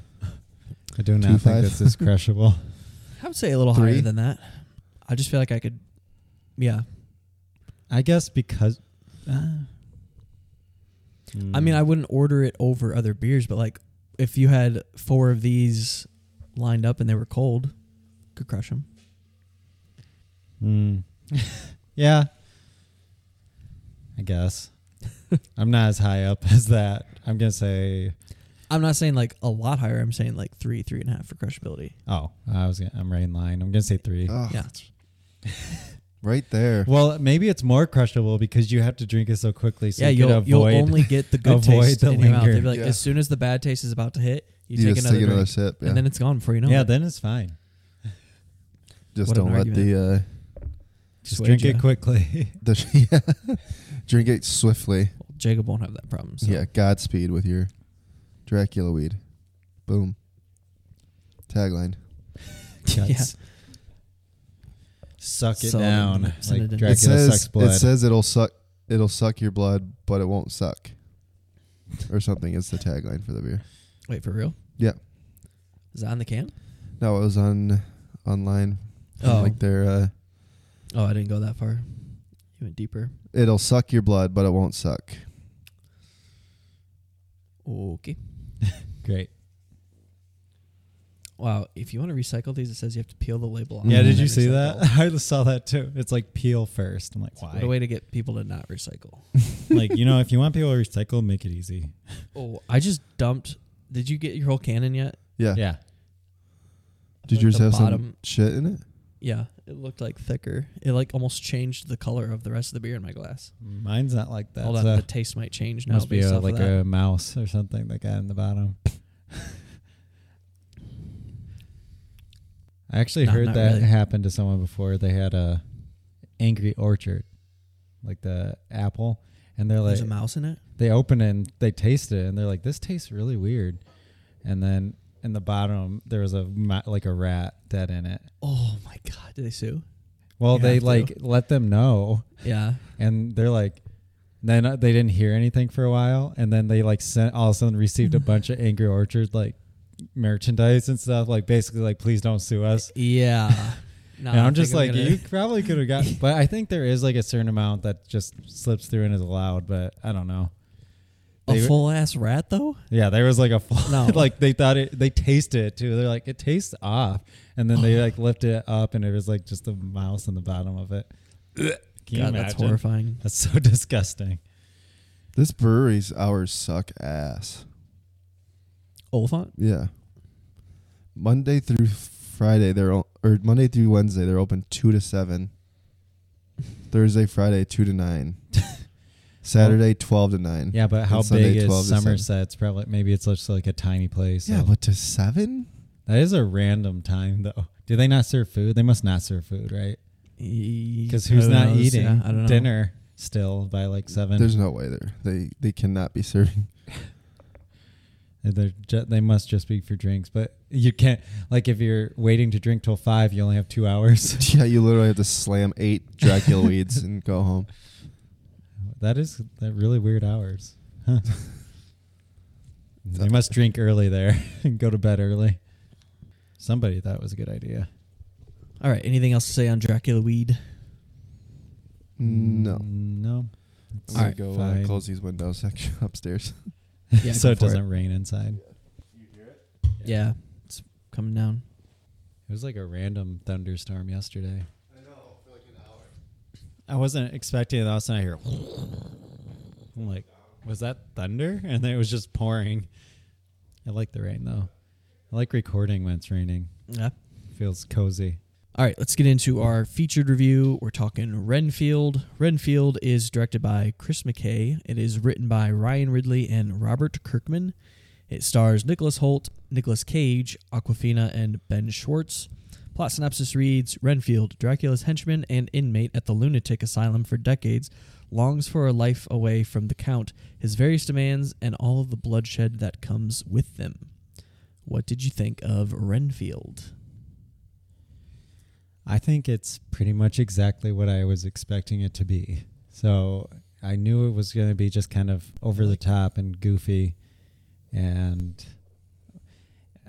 [SPEAKER 2] I do not
[SPEAKER 3] Two
[SPEAKER 2] think
[SPEAKER 3] five.
[SPEAKER 2] this is crushable.
[SPEAKER 1] I would say a little
[SPEAKER 3] Three?
[SPEAKER 1] higher than that. I just feel like I could. Yeah,
[SPEAKER 2] I guess because. Uh,
[SPEAKER 1] Ah. I mean, I wouldn't order it over other beers, but like if you had four of these lined up and they were cold, could crush them.
[SPEAKER 3] Hmm.
[SPEAKER 2] Mm. yeah. I guess. I'm not as high up as that. I'm going to say.
[SPEAKER 1] I'm not saying like a lot higher. I'm saying like three, three and a half for crushability.
[SPEAKER 2] Oh, I was. Gonna, I'm right in line. I'm going to say three.
[SPEAKER 3] Ugh,
[SPEAKER 1] Yeah.
[SPEAKER 3] Right there.
[SPEAKER 2] Well, maybe it's more crushable because you have to drink it so quickly. So
[SPEAKER 1] yeah,
[SPEAKER 2] you
[SPEAKER 1] you'll
[SPEAKER 2] could avoid.
[SPEAKER 1] you'll only get the good
[SPEAKER 2] avoid
[SPEAKER 1] taste
[SPEAKER 2] the
[SPEAKER 1] in your mouth.
[SPEAKER 2] linger.
[SPEAKER 1] They'd be like,
[SPEAKER 3] Yeah.
[SPEAKER 1] as soon as the bad taste is about to hit, you,
[SPEAKER 3] You,
[SPEAKER 1] take
[SPEAKER 3] just
[SPEAKER 1] another
[SPEAKER 3] take another
[SPEAKER 1] drink,
[SPEAKER 3] sip. Yeah.
[SPEAKER 1] and then it's gone before you know
[SPEAKER 2] yeah,
[SPEAKER 1] it.
[SPEAKER 2] then it's fine.
[SPEAKER 3] just
[SPEAKER 1] what an
[SPEAKER 3] don't let the, uh,
[SPEAKER 1] Just
[SPEAKER 2] Just drink
[SPEAKER 1] wait,
[SPEAKER 2] it
[SPEAKER 1] yeah.
[SPEAKER 2] quickly.
[SPEAKER 3] the yeah. drink it swiftly.
[SPEAKER 1] Well, Jacob won't have that problem. So.
[SPEAKER 3] Yeah. Godspeed with your Dracula weed. Boom. Tagline.
[SPEAKER 2] Guts. Suck it
[SPEAKER 1] Solid
[SPEAKER 2] down.
[SPEAKER 1] lips in
[SPEAKER 2] Like
[SPEAKER 1] a dick.
[SPEAKER 2] Dracula
[SPEAKER 3] it says
[SPEAKER 2] sucks blood.
[SPEAKER 3] it says it'll suck it'll suck your blood, but it won't suck, or something. Is the tagline for the beer?
[SPEAKER 1] Wait for real.
[SPEAKER 3] Yeah.
[SPEAKER 1] Is that on the can?
[SPEAKER 3] No, it was on online.
[SPEAKER 1] Oh,
[SPEAKER 3] Like their uh,
[SPEAKER 1] oh, I didn't go that far. You went deeper.
[SPEAKER 3] it'll suck your blood, but it won't suck.
[SPEAKER 1] Okay.
[SPEAKER 2] Great.
[SPEAKER 1] Mm-hmm. Wow. If you want to recycle these, it says you have to peel the label off.
[SPEAKER 2] Yeah,
[SPEAKER 1] and
[SPEAKER 2] did
[SPEAKER 1] then
[SPEAKER 2] you see
[SPEAKER 1] recycle.
[SPEAKER 2] that? I saw that too. It's like peel first. I'm like, why?
[SPEAKER 1] What a way to get people to not recycle.
[SPEAKER 2] like you know, if you want people to recycle, make it easy.
[SPEAKER 1] Oh, I just dumped. Did you get your whole cannon yet?
[SPEAKER 3] Yeah.
[SPEAKER 2] Yeah,
[SPEAKER 1] I
[SPEAKER 3] Did
[SPEAKER 1] feel
[SPEAKER 3] yours
[SPEAKER 1] like the
[SPEAKER 3] have some
[SPEAKER 1] bottom-
[SPEAKER 3] shit in it?
[SPEAKER 1] Yeah, it looked like thicker. It like almost changed the color of the rest of the beer in my glass.
[SPEAKER 2] mine's not like that.
[SPEAKER 1] Hold on,
[SPEAKER 2] so
[SPEAKER 1] the taste might change now.
[SPEAKER 2] must be
[SPEAKER 1] based
[SPEAKER 2] a,
[SPEAKER 1] off
[SPEAKER 2] like
[SPEAKER 1] of that.
[SPEAKER 2] a mouse or something that got in the bottom. I actually
[SPEAKER 1] No,
[SPEAKER 2] heard
[SPEAKER 1] not
[SPEAKER 2] that
[SPEAKER 1] really.
[SPEAKER 2] happen to someone before. They had a angry orchard, like the apple, and they're like,
[SPEAKER 1] There's a mouse in it.
[SPEAKER 2] they open it and they taste it and they're like this tastes really weird and then in the bottom there was a ma- like a rat dead in it
[SPEAKER 1] Oh my god! Did they sue?
[SPEAKER 2] well
[SPEAKER 1] You
[SPEAKER 2] they
[SPEAKER 1] have to.
[SPEAKER 2] like let them know
[SPEAKER 1] Yeah.
[SPEAKER 2] and they're like then uh, they didn't hear anything for a while and then they like sent all of a sudden received a bunch of angry orchard like merchandise and stuff like basically like please don't sue us
[SPEAKER 1] Yeah. No,
[SPEAKER 2] and i'm just like
[SPEAKER 1] gonna,
[SPEAKER 2] you probably could have got but i think there is like a certain amount that just slips through and is allowed but i don't know
[SPEAKER 1] a
[SPEAKER 2] They-
[SPEAKER 1] full ass rat though.
[SPEAKER 2] Yeah, there was like a full,
[SPEAKER 1] No.
[SPEAKER 2] like they thought it. They tasted it too. They're like, it tastes off, and then they like lifted it up, and it was like just a mouse in the bottom of it. Can you
[SPEAKER 1] God,
[SPEAKER 2] imagine?
[SPEAKER 1] that's horrifying.
[SPEAKER 2] That's so disgusting.
[SPEAKER 3] This brewery's hours suck ass.
[SPEAKER 1] Olifant.
[SPEAKER 3] Yeah. Monday through Friday, they're o- or Monday through Wednesday, they're open two to seven. Thursday, Friday, two to nine. Saturday, twelve to nine.
[SPEAKER 2] Yeah, but how
[SPEAKER 3] And Sunday,
[SPEAKER 2] big
[SPEAKER 3] 12
[SPEAKER 2] is
[SPEAKER 3] to 7.
[SPEAKER 2] Somerset's? Probably maybe it's just like a tiny place.
[SPEAKER 3] Yeah,
[SPEAKER 2] so-
[SPEAKER 3] but to seven?
[SPEAKER 2] that is a random time though. Do they not serve food? They must not serve food, right?
[SPEAKER 1] Because
[SPEAKER 2] Because who's not eating
[SPEAKER 1] Yeah, I don't know.
[SPEAKER 2] dinner still by like seven?
[SPEAKER 3] There's no way they're they they cannot be serving.
[SPEAKER 2] They're ju- they must just be for drinks, but you can't like if you're waiting to drink till five, you only have two hours.
[SPEAKER 3] yeah, you literally have to slam eight Dracula weeds and go home.
[SPEAKER 2] That is that really weird hours. Huh. they must drink early there and go to bed early. Somebody thought it was a good idea.
[SPEAKER 1] All right. Anything else to say on Dracula weed?
[SPEAKER 3] No.
[SPEAKER 2] No.
[SPEAKER 3] I'm
[SPEAKER 2] Mm. All
[SPEAKER 3] gonna
[SPEAKER 2] right,
[SPEAKER 3] go
[SPEAKER 2] fine.
[SPEAKER 3] uh, close these windows actually upstairs.
[SPEAKER 1] Yeah.
[SPEAKER 2] so
[SPEAKER 1] go
[SPEAKER 2] it
[SPEAKER 1] for
[SPEAKER 2] doesn't rain inside.
[SPEAKER 1] Yeah. It's coming down.
[SPEAKER 2] It was like a random thunderstorm yesterday. I wasn't expecting it. All of a sudden, I hear. I'm like, was that thunder? And then it was just pouring. I like the rain though. I like recording when it's raining.
[SPEAKER 1] Yeah.
[SPEAKER 2] feels cozy.
[SPEAKER 1] All right, let's get into our featured review. We're talking Renfield. Renfield is directed by Chris McKay. It is written by Ryan Ridley and Robert Kirkman. It stars Nicholas Holt, Nicholas Cage, Aquafina, and Ben Schwartz. Plot synopsis reads Renfield, Dracula's henchman and inmate at the lunatic asylum for decades, longs for a life away from the Count, his various demands, and all of the bloodshed that comes with them. What did you think of Renfield?
[SPEAKER 2] I think it's pretty much exactly what I was expecting it to be. So I knew it was going to be just kind of over the top and goofy. And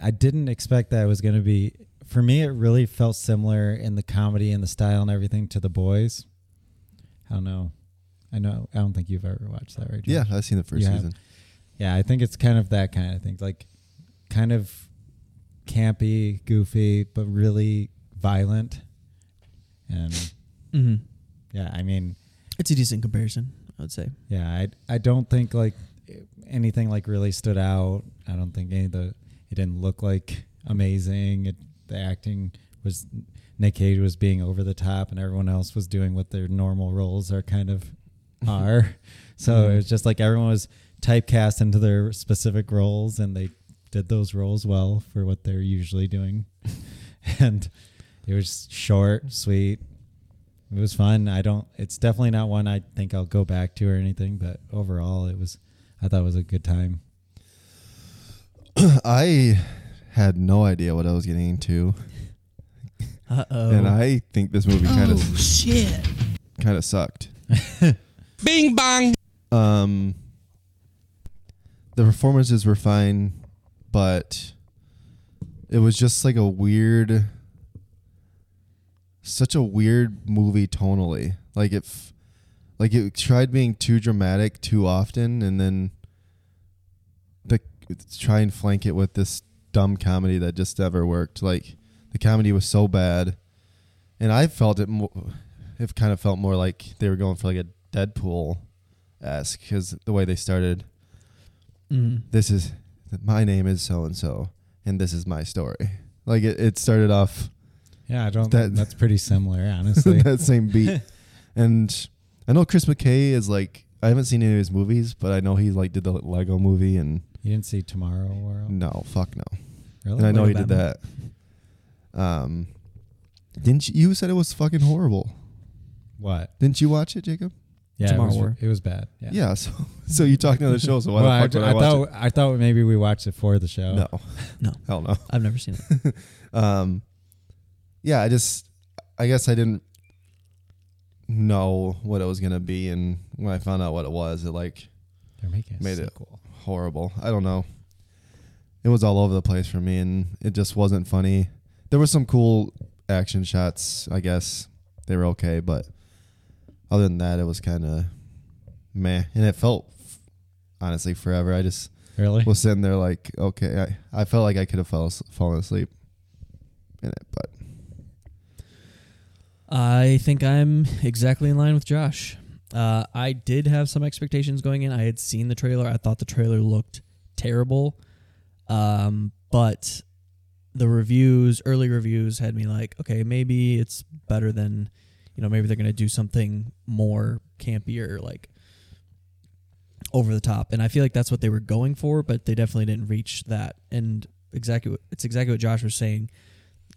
[SPEAKER 2] I didn't expect that it was going to be, for me, it really felt similar in the comedy and the style and everything to The Boys. I don't know. I know. I don't think you've ever watched that, right? Josh?
[SPEAKER 3] Yeah, I've seen the first
[SPEAKER 2] You have?
[SPEAKER 3] season.
[SPEAKER 2] Yeah, I think it's kind of that kind of thing. Like kind of campy, goofy, but really violent. And
[SPEAKER 1] Mm-hmm.
[SPEAKER 2] yeah, I mean,
[SPEAKER 1] It's a decent comparison, I would say.
[SPEAKER 2] yeah, I I don't think like anything like really stood out. I don't think any of the it didn't look like amazing. It, the acting was Nick Cage was being over the top and everyone else was doing what their normal roles are kind of are. so
[SPEAKER 1] Mm-hmm.
[SPEAKER 2] it was just like everyone was typecast into their specific roles and they did those roles well for what they're usually doing. and it was short, sweet. It was fun. I don't it's definitely not one I think I'll go back to or anything, but overall it was I thought it was a good time.
[SPEAKER 3] I had no idea what I was getting into,
[SPEAKER 1] Uh oh.
[SPEAKER 3] and I think this movie kind of
[SPEAKER 4] oh, shit.
[SPEAKER 3] kind of sucked.
[SPEAKER 4] Bing bong.
[SPEAKER 3] Um, the performances were fine, but it was just like a weird, such a weird movie tonally. Like it, f- like it tried being too dramatic too often, and then the try and flank it with this dumb comedy that just never worked. Like the comedy was so bad, and I felt it. Mo- it kind of felt more like they were going for like a Deadpool esque because the way they started,
[SPEAKER 1] Mm.
[SPEAKER 3] this is my name is so and so, and this is my story. Like it, it started off
[SPEAKER 2] Yeah, I don't
[SPEAKER 3] That-
[SPEAKER 2] that's pretty similar, honestly.
[SPEAKER 3] that same beat, and I know Chris McKay is like I haven't seen any of his movies, but I know he like did the Lego movie and
[SPEAKER 2] you didn't see Tomorrow World?
[SPEAKER 3] no, fuck no,
[SPEAKER 2] Really?
[SPEAKER 3] and I know
[SPEAKER 1] Oh. Lego
[SPEAKER 3] he did
[SPEAKER 1] Batman.
[SPEAKER 3] that. Um, didn't you, you said it was fucking horrible?
[SPEAKER 2] What?
[SPEAKER 3] Didn't you watch it, Jacob?
[SPEAKER 2] Yeah,
[SPEAKER 1] Tomorrow
[SPEAKER 2] it was,
[SPEAKER 1] War.
[SPEAKER 2] It was bad. Yeah.
[SPEAKER 3] Yeah. so so you talked on the show, so why
[SPEAKER 2] well,
[SPEAKER 3] the
[SPEAKER 2] I,
[SPEAKER 3] fuck would I,
[SPEAKER 2] I
[SPEAKER 3] watch
[SPEAKER 2] thought I thought maybe we watched it for the show.
[SPEAKER 3] it? No,
[SPEAKER 1] No.
[SPEAKER 3] hell no.
[SPEAKER 1] I've never seen it.
[SPEAKER 3] um yeah i just i guess i didn't know what it was gonna be and when i found out what it was it like
[SPEAKER 2] They're making a
[SPEAKER 3] Made it.
[SPEAKER 2] sequel.
[SPEAKER 3] horrible i don't know it was all over the place for me and it just wasn't funny there were some cool action shots i guess they were okay but other than that it was kind of meh and it felt f- honestly forever i just
[SPEAKER 2] Really?
[SPEAKER 3] was sitting there like okay i, I felt like i could have fell, as- fallen asleep in it but
[SPEAKER 1] I think I'm exactly in line with Josh. Uh, I did have some expectations going in. I had seen the trailer. I thought the trailer looked terrible, um, but the reviews, early reviews, had me like, okay, maybe it's better than, you know, maybe they're gonna do something more campier, like over the top. And I feel like that's what they were going for, but they definitely didn't reach that. And exactly, what, it's exactly what Josh was saying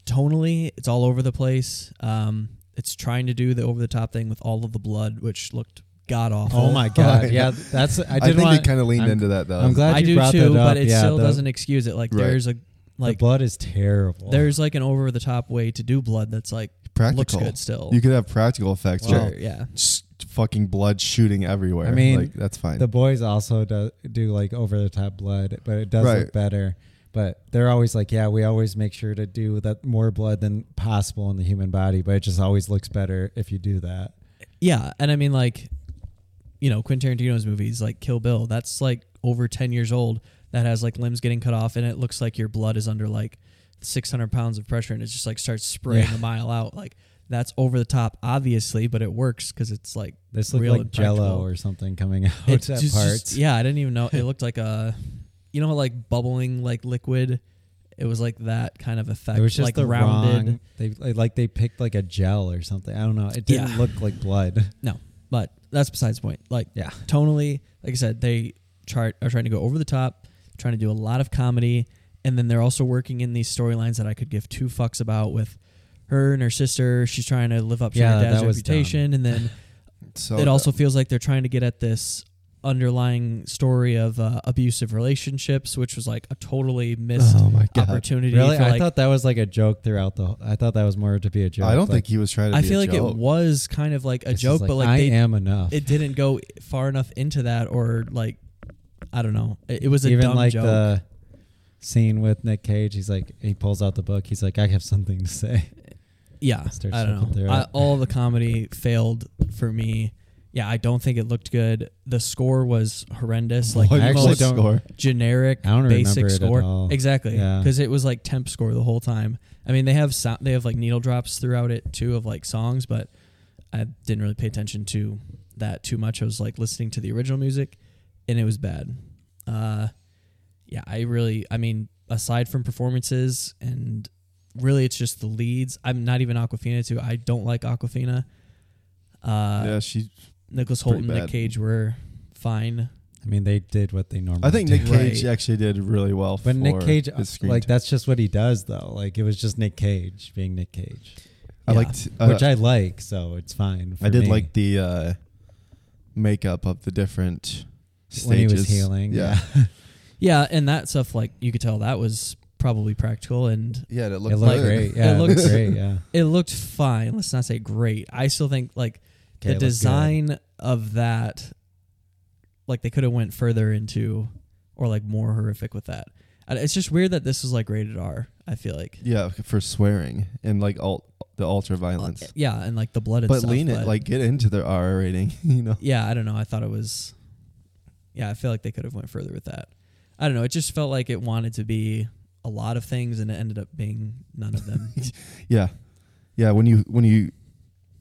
[SPEAKER 1] tonally it's all over the place um it's trying to do the over the top thing with all of the blood which looked god awful
[SPEAKER 2] oh my god! Yeah, that's I
[SPEAKER 3] I,
[SPEAKER 2] did
[SPEAKER 3] think
[SPEAKER 2] want.
[SPEAKER 3] they kind of leaned
[SPEAKER 2] I'm-
[SPEAKER 3] into that though.
[SPEAKER 2] I'm glad
[SPEAKER 1] i
[SPEAKER 2] you
[SPEAKER 1] do
[SPEAKER 2] brought
[SPEAKER 1] too
[SPEAKER 2] that up.
[SPEAKER 1] but it
[SPEAKER 2] yeah,
[SPEAKER 1] still
[SPEAKER 2] the-
[SPEAKER 1] doesn't excuse it like
[SPEAKER 3] Right.
[SPEAKER 1] there's a
[SPEAKER 2] the
[SPEAKER 1] like
[SPEAKER 2] blood is terrible.
[SPEAKER 1] there's like an over the top way to do blood that's like
[SPEAKER 3] practical.
[SPEAKER 1] looks good still
[SPEAKER 3] You could have practical effects.
[SPEAKER 1] sure
[SPEAKER 3] Wow.
[SPEAKER 1] yeah
[SPEAKER 3] Just fucking blood shooting everywhere.
[SPEAKER 2] I mean,
[SPEAKER 3] like, that's fine.
[SPEAKER 2] the boys also do, do like over the top blood, but it does
[SPEAKER 3] Right.
[SPEAKER 2] look better. But they're always like, yeah, we always make sure to do that more blood than possible in the human body, but it just always looks better if you do that.
[SPEAKER 1] yeah and i mean like you know quentin tarantino's movies like kill bill that's like over 10 years old that has like limbs getting cut off and it looks like your blood is under like 600 pounds of pressure and it just like starts spraying a mile out like that's over the top obviously but it works because it's like
[SPEAKER 2] This looked
[SPEAKER 1] Real
[SPEAKER 2] like
[SPEAKER 1] and
[SPEAKER 2] Jello
[SPEAKER 1] practical.
[SPEAKER 2] or something coming out
[SPEAKER 1] it's
[SPEAKER 2] at
[SPEAKER 1] just,
[SPEAKER 2] parts.
[SPEAKER 1] just- yeah i didn't even know it looked like a you know like bubbling like liquid it was like that kind of effect
[SPEAKER 2] It was just
[SPEAKER 1] like
[SPEAKER 2] the
[SPEAKER 1] rounded
[SPEAKER 2] wrong. They like they picked like a gel or something. I don't know. It didn't
[SPEAKER 1] Yeah.
[SPEAKER 2] look like blood.
[SPEAKER 1] No, but that's besides the point. Like,
[SPEAKER 2] Yeah.
[SPEAKER 1] tonally, like I said, they try, are trying to go over the top, trying to do a lot of comedy, and then they're also working in these storylines that I could give two fucks about with her and her sister. She's trying to live up to
[SPEAKER 2] Yeah,
[SPEAKER 1] her dad's
[SPEAKER 2] that was
[SPEAKER 1] reputation, and then
[SPEAKER 3] So
[SPEAKER 1] it also feels like they're trying to get at this underlying story of uh, abusive relationships, which was like a totally missed
[SPEAKER 3] Oh my god.
[SPEAKER 1] opportunity.
[SPEAKER 2] Really,
[SPEAKER 1] for,
[SPEAKER 2] I
[SPEAKER 1] like-
[SPEAKER 2] thought that was like a joke throughout the. whole I thought that was more to be a joke.
[SPEAKER 3] I don't
[SPEAKER 2] like,
[SPEAKER 3] think he was trying to.
[SPEAKER 1] I
[SPEAKER 3] be
[SPEAKER 1] feel
[SPEAKER 3] a
[SPEAKER 1] like
[SPEAKER 3] joke.
[SPEAKER 1] it was kind of like a
[SPEAKER 2] it's just
[SPEAKER 1] joke, but like
[SPEAKER 2] I
[SPEAKER 1] they,
[SPEAKER 2] am enough.
[SPEAKER 1] it didn't go far enough into that, or like I don't know. It, it was a
[SPEAKER 2] Even
[SPEAKER 1] dumb
[SPEAKER 2] like
[SPEAKER 1] joke.
[SPEAKER 2] the scene with Nick Cage, he's like he pulls out the book. He's like, I have something to say.
[SPEAKER 1] Yeah,
[SPEAKER 2] Starts
[SPEAKER 1] I
[SPEAKER 2] flipping
[SPEAKER 1] don't
[SPEAKER 2] through
[SPEAKER 1] know. I,
[SPEAKER 2] it.
[SPEAKER 1] all the comedy failed for me. Yeah, I don't think it looked good. The score was horrendous. Like
[SPEAKER 2] I
[SPEAKER 1] the
[SPEAKER 2] actually
[SPEAKER 1] most
[SPEAKER 2] don't-
[SPEAKER 3] score.
[SPEAKER 1] generic,
[SPEAKER 2] I don't
[SPEAKER 1] basic
[SPEAKER 2] remember it at
[SPEAKER 1] score.
[SPEAKER 2] all.
[SPEAKER 1] Exactly,
[SPEAKER 2] Yeah.
[SPEAKER 1] because it was like temp score the whole time. I mean, they have sound, they have like needle drops throughout it too of like songs, but I didn't really pay attention to that too much. I was like listening to the original music, and it was bad. Uh, yeah, I really, I mean, aside from performances and really, it's just the leads. I'm not even Aquafina too. I don't like Aquafina. Uh,
[SPEAKER 3] yeah, she.
[SPEAKER 1] Nicholas
[SPEAKER 3] pretty
[SPEAKER 1] Holt and Nick
[SPEAKER 3] bad.
[SPEAKER 1] Cage were fine.
[SPEAKER 2] I mean, they did what they normally.
[SPEAKER 3] I think Nick
[SPEAKER 2] do.
[SPEAKER 1] Right.
[SPEAKER 3] Cage actually did really well.
[SPEAKER 2] But Nick
[SPEAKER 3] for
[SPEAKER 2] Cage,
[SPEAKER 3] his screen
[SPEAKER 2] like
[SPEAKER 3] time.
[SPEAKER 2] that's just what he does, though. Like it was just Nick Cage being Nick Cage,
[SPEAKER 3] I
[SPEAKER 1] yeah.
[SPEAKER 3] liked. uh,
[SPEAKER 2] which I like, so it's fine. for
[SPEAKER 3] I did
[SPEAKER 2] me.
[SPEAKER 3] like the uh, makeup of the different stages.
[SPEAKER 2] when he was healing.
[SPEAKER 3] Yeah,
[SPEAKER 1] Yeah, and that stuff like you could tell that was probably practical and
[SPEAKER 3] yeah, it looked,
[SPEAKER 2] it looked
[SPEAKER 3] good.
[SPEAKER 2] great. Yeah, it looked
[SPEAKER 1] looks-
[SPEAKER 2] great. Yeah,
[SPEAKER 1] it looked fine. Let's not say great. I still think like
[SPEAKER 2] Okay,
[SPEAKER 1] the
[SPEAKER 2] it looked
[SPEAKER 1] design of that like they could have went further into or like more horrific with that. And It's just weird that this was like rated R, I feel like.
[SPEAKER 3] Yeah, for swearing and like alt the ultra violence.
[SPEAKER 1] Yeah, and like the blood and
[SPEAKER 3] but
[SPEAKER 1] stuff,
[SPEAKER 3] lean it, like get into their R rating. You know,
[SPEAKER 1] yeah, I don't know. I thought it was, yeah, I feel like they could have went further with that. I don't know. It just felt like it wanted to be a lot of things, and it ended up being none of them.
[SPEAKER 3] yeah, yeah. When you when you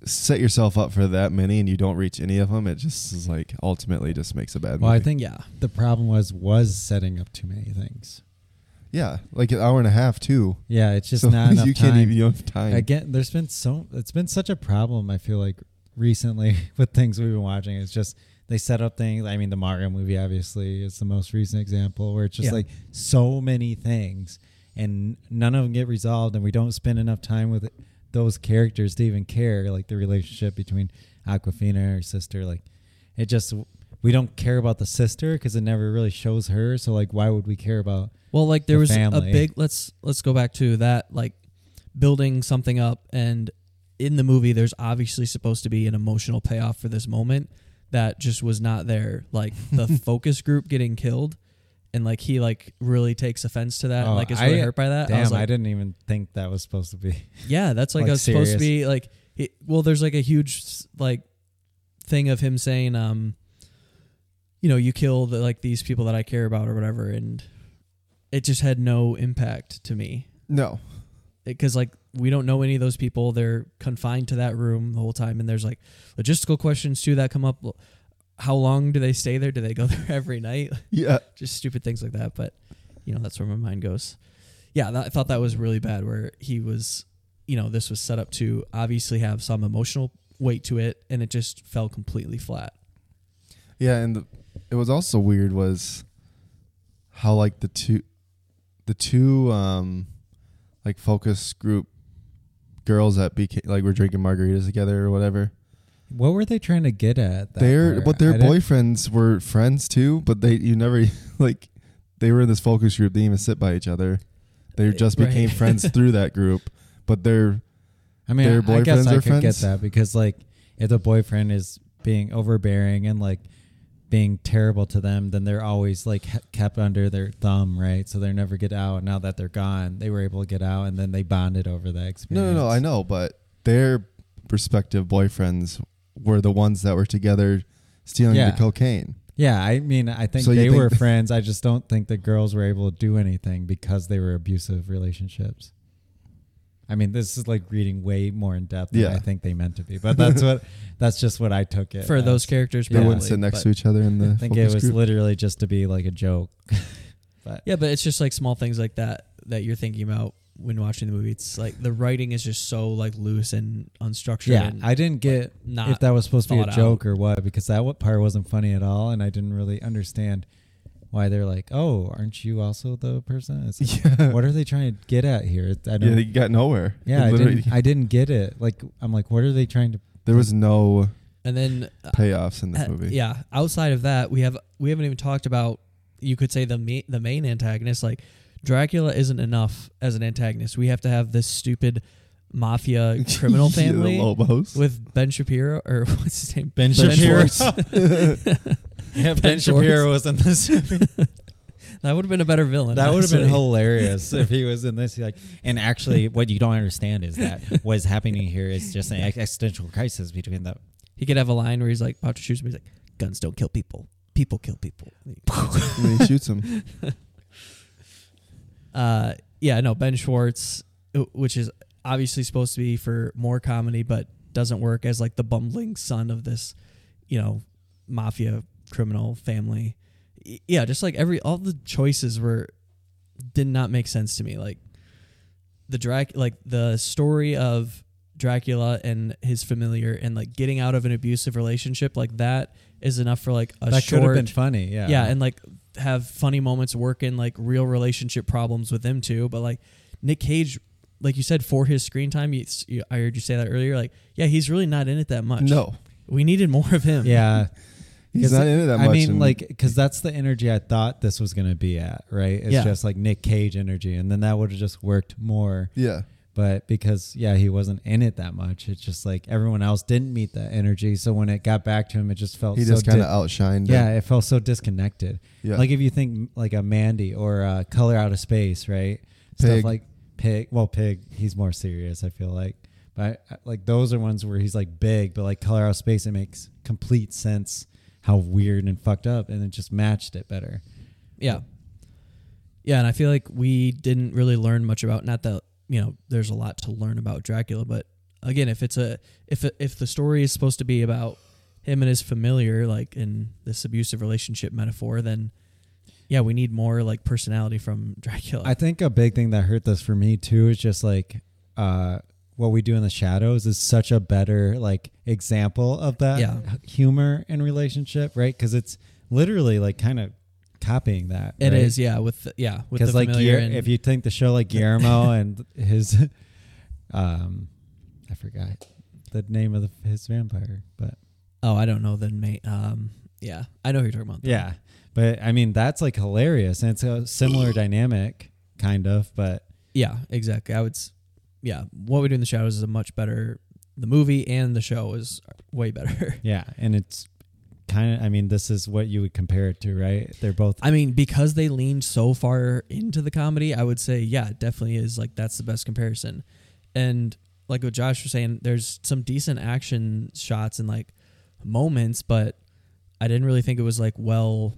[SPEAKER 3] set yourself up for that many and you don't reach any of them, it just is like ultimately just makes a bad.
[SPEAKER 2] Well, I
[SPEAKER 3] movie.
[SPEAKER 2] think
[SPEAKER 1] yeah,
[SPEAKER 2] the problem was was setting up too many things.
[SPEAKER 3] yeah, like an hour and a half too.
[SPEAKER 2] Yeah, it's just
[SPEAKER 3] so
[SPEAKER 2] not enough
[SPEAKER 3] you
[SPEAKER 2] time.
[SPEAKER 3] can't even you don't have time.
[SPEAKER 2] Again, there's been so it's been such a problem. I feel like recently with things we've been watching, it's just they set up things. I mean, the Mario movie obviously is the most recent example where it's just
[SPEAKER 1] Yeah.
[SPEAKER 2] like so many things and none of them get resolved, and we don't spend enough time with those characters to even care. Like the relationship between Aquafina and her sister, like it just we don't care about the sister because it never really shows her. So like, why would we care about?
[SPEAKER 1] Well, like there
[SPEAKER 2] the
[SPEAKER 1] was a
[SPEAKER 2] family.
[SPEAKER 1] big let's let's go back to that like building something up and in the movie there's obviously supposed to be an emotional payoff for this moment that just was not there. Like the focus group getting killed and like he like really takes offense to that
[SPEAKER 2] Oh,
[SPEAKER 1] and like is really
[SPEAKER 2] I-
[SPEAKER 1] hurt by that. I
[SPEAKER 2] Damn,
[SPEAKER 1] was like
[SPEAKER 2] I didn't even think that was supposed to be.
[SPEAKER 1] yeah, that's like,
[SPEAKER 2] Like,
[SPEAKER 1] I was supposed to be like. It, well, there's like a huge s- like thing of him saying, um, you know, you kill the, like these people that I care about or whatever, and it just had no impact to me
[SPEAKER 3] no,
[SPEAKER 1] because like we don't know any of those people. They're confined to that room the whole time, and there's like logistical questions too that come up. L- How long do they stay there? Do they go there every night?
[SPEAKER 3] yeah,
[SPEAKER 1] just stupid things like that. But you know, that's where my mind goes. Yeah, that, I thought that was really bad. Where he was, you know, this was set up to obviously have some emotional weight to it, and it just fell completely flat.
[SPEAKER 3] Yeah, and the, it was also weird was how like the two the two um like focus group girls that became like were drinking margaritas together or whatever.
[SPEAKER 2] What were they trying to get at? that
[SPEAKER 3] Their
[SPEAKER 2] part?
[SPEAKER 3] but
[SPEAKER 2] I
[SPEAKER 3] their
[SPEAKER 2] didn't-
[SPEAKER 3] boyfriends were friends too, but they you never like they were in this focus group, they didn't even sit by each other. They just
[SPEAKER 1] Right.
[SPEAKER 3] became friends through that group. But they're
[SPEAKER 2] I mean,
[SPEAKER 3] their
[SPEAKER 2] I guess
[SPEAKER 3] boyfriends
[SPEAKER 2] I
[SPEAKER 3] are
[SPEAKER 2] could get
[SPEAKER 3] friends?
[SPEAKER 2] that because like if the boyfriend is being overbearing and like being terrible to them, then they're always like he- kept under their thumb, right? So they never get out. Now that they're gone, they were able to get out, and then they bonded over that
[SPEAKER 3] no
[SPEAKER 2] experience.
[SPEAKER 3] no no, I know, but their respective boyfriends were the ones that were together stealing
[SPEAKER 2] Yeah.
[SPEAKER 3] the cocaine.
[SPEAKER 2] Yeah, I mean, I think
[SPEAKER 3] So you
[SPEAKER 2] they
[SPEAKER 3] think
[SPEAKER 2] were
[SPEAKER 3] th-
[SPEAKER 2] friends. I just don't think the girls were able to do anything because they were abusive relationships. I mean, this is like reading way more in depth than
[SPEAKER 3] Yeah.
[SPEAKER 2] I think they meant to be, but that's what that's just what I took it
[SPEAKER 1] For
[SPEAKER 2] as.
[SPEAKER 1] those characters,
[SPEAKER 3] They
[SPEAKER 1] probably,
[SPEAKER 3] wouldn't sit next
[SPEAKER 1] but-
[SPEAKER 3] to each other in the
[SPEAKER 2] I think it
[SPEAKER 3] focus
[SPEAKER 2] was
[SPEAKER 3] group.
[SPEAKER 2] literally just to be like a joke. but
[SPEAKER 1] Yeah, but it's just like small things like that that you're thinking about when watching the movie. It's like the writing is just so like loose and unstructured.
[SPEAKER 2] yeah,
[SPEAKER 1] and
[SPEAKER 2] I didn't get
[SPEAKER 1] not
[SPEAKER 2] if that was supposed to be a
[SPEAKER 1] thought
[SPEAKER 2] joke or what because that wa- part wasn't funny at all, and I didn't really understand why they're like, "Oh, aren't you also the person?" It's like,
[SPEAKER 3] Yeah.
[SPEAKER 2] what are they trying to get at here? It- I
[SPEAKER 3] yeah,
[SPEAKER 2] don't.
[SPEAKER 3] you got nowhere.
[SPEAKER 2] Yeah, I
[SPEAKER 3] Literally,
[SPEAKER 2] didn't, I didn't get it. Like, I'm like, what are they trying to?
[SPEAKER 3] there was no
[SPEAKER 1] And then uh,
[SPEAKER 3] payoffs in this
[SPEAKER 1] uh,
[SPEAKER 3] movie.
[SPEAKER 1] yeah, outside of that, we have we haven't even talked about you could say the ma- the main antagonist like Dracula isn't enough as an antagonist. We have to have this stupid mafia criminal
[SPEAKER 3] Yeah,
[SPEAKER 1] family
[SPEAKER 3] the Lobos.
[SPEAKER 1] with Ben Shapiro or what's his name?
[SPEAKER 2] Ben
[SPEAKER 1] Shapiro.
[SPEAKER 2] yeah,
[SPEAKER 1] Ben
[SPEAKER 2] Ben Shapiro was in this.
[SPEAKER 1] That would have been a better villain.
[SPEAKER 2] That would have been
[SPEAKER 1] honestly.
[SPEAKER 2] hilarious if he was in this. Like, and actually, what you don't understand is that what's happening here is just an existential crisis between the.
[SPEAKER 1] He could have a line where he's like, "Pop shoots me." He's like, "Guns don't kill people. People kill people."
[SPEAKER 3] and then he shoots him.
[SPEAKER 1] uh, yeah, no, Ben Schwartz, wh- which is obviously supposed to be for more comedy, but doesn't work as like the bumbling son of this, you know, mafia criminal family. Y- Yeah, just like every all the choices were did not make sense to me. Like the Drac, like the story of Dracula and his familiar, and like getting out of an abusive relationship, like that is enough for like a
[SPEAKER 2] that
[SPEAKER 1] short
[SPEAKER 2] could have been funny. Yeah.
[SPEAKER 1] yeah and like have funny moments work in like real relationship problems with them too but like nick cage like you said for his screen time you, you, i heard you say that earlier like yeah he's really not in it that much
[SPEAKER 3] No,
[SPEAKER 1] we needed more of him
[SPEAKER 2] Yeah.
[SPEAKER 3] he's
[SPEAKER 2] 'Cause
[SPEAKER 3] not in it that
[SPEAKER 2] I
[SPEAKER 3] much.
[SPEAKER 2] mean,
[SPEAKER 3] and
[SPEAKER 2] like, because that's the energy I thought this was going to be at, right? It's
[SPEAKER 1] Yeah.
[SPEAKER 2] just like Nick Cage energy. And then that would have just worked more.
[SPEAKER 3] yeah,
[SPEAKER 2] But because, yeah, he wasn't in it that much, it's just like everyone else didn't meet that energy. So when it got back to him, it just felt
[SPEAKER 3] he
[SPEAKER 2] so
[SPEAKER 3] just kind of
[SPEAKER 2] di-
[SPEAKER 3] outshined.
[SPEAKER 2] Yeah,
[SPEAKER 3] it.
[SPEAKER 2] it felt so disconnected.
[SPEAKER 3] yeah.
[SPEAKER 2] Like if you think like a Mandy or a Color Out of Space, right?
[SPEAKER 3] Pig.
[SPEAKER 2] Stuff like Pig. Well, Pig, he's more serious, I feel like. But uh, like those are ones where he's like big, but like Color Out of Space, it makes complete sense how weird and fucked up, and it just matched it better.
[SPEAKER 1] yeah yeah and i feel like we didn't really learn much about not that you know there's a lot to learn about dracula but again if it's a if if the story is supposed to be about him and his familiar like in this abusive relationship metaphor then yeah we need more like personality from dracula
[SPEAKER 2] I think a big thing that hurt this for me too is just like uh, what we do in the shadows is such a better like example of that
[SPEAKER 1] Yeah.
[SPEAKER 2] h- humor and relationship, right? Because it's literally like kind of copying that.
[SPEAKER 1] It is,
[SPEAKER 2] right?
[SPEAKER 1] yeah. With the, yeah, with the
[SPEAKER 2] because like
[SPEAKER 1] familiar
[SPEAKER 2] Guer-
[SPEAKER 1] and-
[SPEAKER 2] if you think the show like Guillermo and his, um, I forgot the name of the, his vampire, but
[SPEAKER 1] oh, I don't know, then mate. Um, yeah, I know who you're talking about. though.
[SPEAKER 2] yeah, but I mean that's like hilarious and it's a similar dynamic kind of, but
[SPEAKER 1] yeah, exactly. I would, s- yeah. What we do in the shadows is a much better. The movie and the show is way better.
[SPEAKER 2] yeah, and it's kind of I mean this is what you would compare it to, right? They're both
[SPEAKER 1] I mean, because they leaned so far into the comedy, I would say, yeah, it definitely is like that's the best comparison. And like what Josh was saying, there's some decent action shots and like moments, but I didn't really think it was like well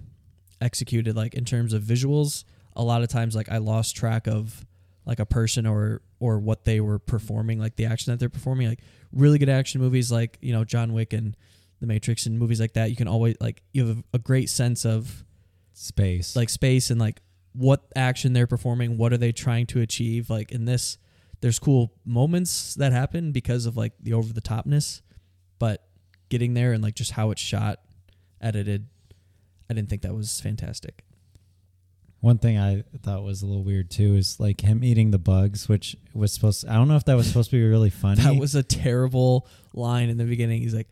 [SPEAKER 1] executed, like in terms of visuals. A lot of times, like I lost track of like a person or or what they were performing, like the action that they're performing. Like really good action movies, like you know John Wick and The Matrix and movies like that, you can always like you have a great sense of
[SPEAKER 2] space.
[SPEAKER 1] like space and like what action they're performing, what are they trying to achieve. Like in this, there's cool moments that happen because of like the over the topness, but getting there and like just how it's shot, edited, I didn't think that was fantastic.
[SPEAKER 2] One thing I thought was a little weird too is like him eating the bugs, which was supposed. I don't know if that was supposed to be really funny.
[SPEAKER 1] That was a terrible line in the beginning. He's like,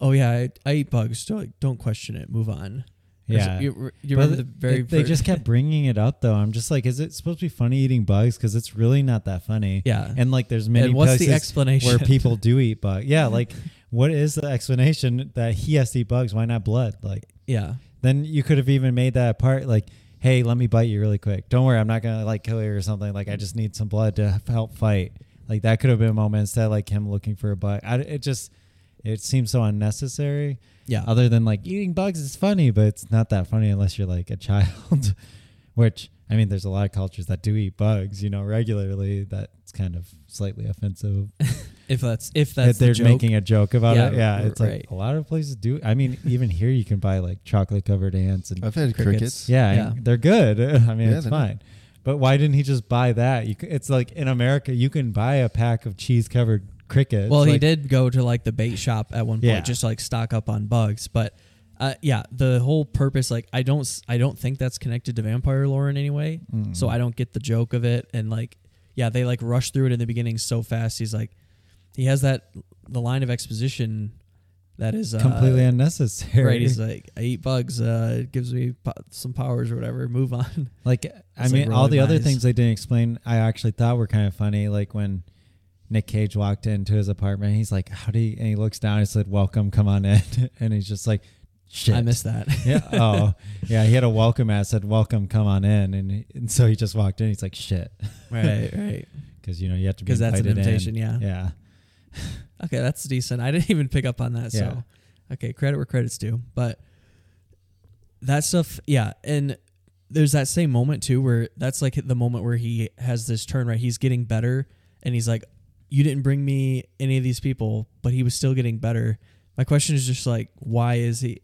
[SPEAKER 1] "Oh yeah, I, I eat bugs. Don't don't question it. Move on." Or so-
[SPEAKER 2] yeah.
[SPEAKER 1] you, you
[SPEAKER 2] But
[SPEAKER 1] remember the
[SPEAKER 2] it-
[SPEAKER 1] very
[SPEAKER 2] they
[SPEAKER 1] fir-
[SPEAKER 2] just kept bringing it up though. I'm just like, is it supposed to be funny eating bugs? Because it's really not that funny.
[SPEAKER 1] yeah.
[SPEAKER 2] And like, there's many
[SPEAKER 1] And what's the
[SPEAKER 2] places
[SPEAKER 1] explanation?
[SPEAKER 2] where people do eat bugs. Yeah, like, what is the explanation that he has to eat bugs? Why not blood? Like,
[SPEAKER 1] yeah.
[SPEAKER 2] then you could have even made that part like, hey, let me bite you really quick. Don't worry, I'm not gonna like kill you or something. Like, I just need some blood to h- help fight. Like that could have been a moment instead, of, like him looking for a bug. I, it just, it seems so unnecessary
[SPEAKER 1] Yeah.
[SPEAKER 2] other than like eating bugs is funny, but it's not that funny unless you're like a child, which I mean, there's a lot of cultures that do eat bugs, you know, regularly. That's kind of slightly offensive.
[SPEAKER 1] if that's if
[SPEAKER 2] That
[SPEAKER 1] that's the
[SPEAKER 2] they're
[SPEAKER 1] joke.
[SPEAKER 2] making a joke about
[SPEAKER 1] Yeah,
[SPEAKER 2] it. Yeah,
[SPEAKER 1] r-
[SPEAKER 2] it's
[SPEAKER 1] right.
[SPEAKER 2] like a lot of places do. I mean, even here you can buy like chocolate covered ants and
[SPEAKER 1] Oh,
[SPEAKER 3] I've had
[SPEAKER 1] Crickets.
[SPEAKER 3] crickets.
[SPEAKER 2] yeah,
[SPEAKER 1] Yeah.
[SPEAKER 2] and they're good. I mean,
[SPEAKER 3] Yeah,
[SPEAKER 2] it's
[SPEAKER 3] they're not-
[SPEAKER 2] fine. But why didn't he just buy that? You, c- it's like in America, you can buy a pack of cheese covered crickets.
[SPEAKER 1] Well, he
[SPEAKER 2] Like,
[SPEAKER 1] did go to like the bait shop at one point,
[SPEAKER 2] Yeah.
[SPEAKER 1] just to, like stock up on bugs. But uh, yeah, the whole purpose, like, I don't, s- I don't think that's connected to vampire lore in any way.
[SPEAKER 2] mm. Mm-hmm.
[SPEAKER 1] So I don't get the joke of it. And like, yeah, they like rush through it in the beginning so fast. He's like, he has that the line of exposition that is uh,
[SPEAKER 2] completely unnecessary.
[SPEAKER 1] Right, he's uh, like, I eat bugs. Uh, it gives me po- some powers or whatever. Move on.
[SPEAKER 2] Like I
[SPEAKER 1] like
[SPEAKER 2] mean, all
[SPEAKER 1] rolling
[SPEAKER 2] the other
[SPEAKER 1] eyes.
[SPEAKER 2] things they didn't explain, I actually thought were kind of funny. Like when Nick Cage walked into his apartment, he's like, "How do?" You, and he looks down. He said, "Welcome, come on in." And he's just like, "Shit,
[SPEAKER 1] I missed that.
[SPEAKER 2] yeah. Oh, yeah. He had a welcome ad said, "Welcome, come on in," and, he- and so he just walked in. He's like, "Shit,"
[SPEAKER 1] right, right.
[SPEAKER 2] because you know you have to be
[SPEAKER 1] 'Cause that's an
[SPEAKER 2] invited in.
[SPEAKER 1] invitation, yeah.
[SPEAKER 2] Yeah.
[SPEAKER 1] Okay, that's decent. I didn't even pick up on that.
[SPEAKER 2] Yeah.
[SPEAKER 1] So, okay, credit where credit's due. But that stuff, yeah. And there's that same moment too where that's like the moment where he has this turn, right? He's getting better and he's like, You didn't bring me any of these people, but he was still getting better. My question is just like, why is he?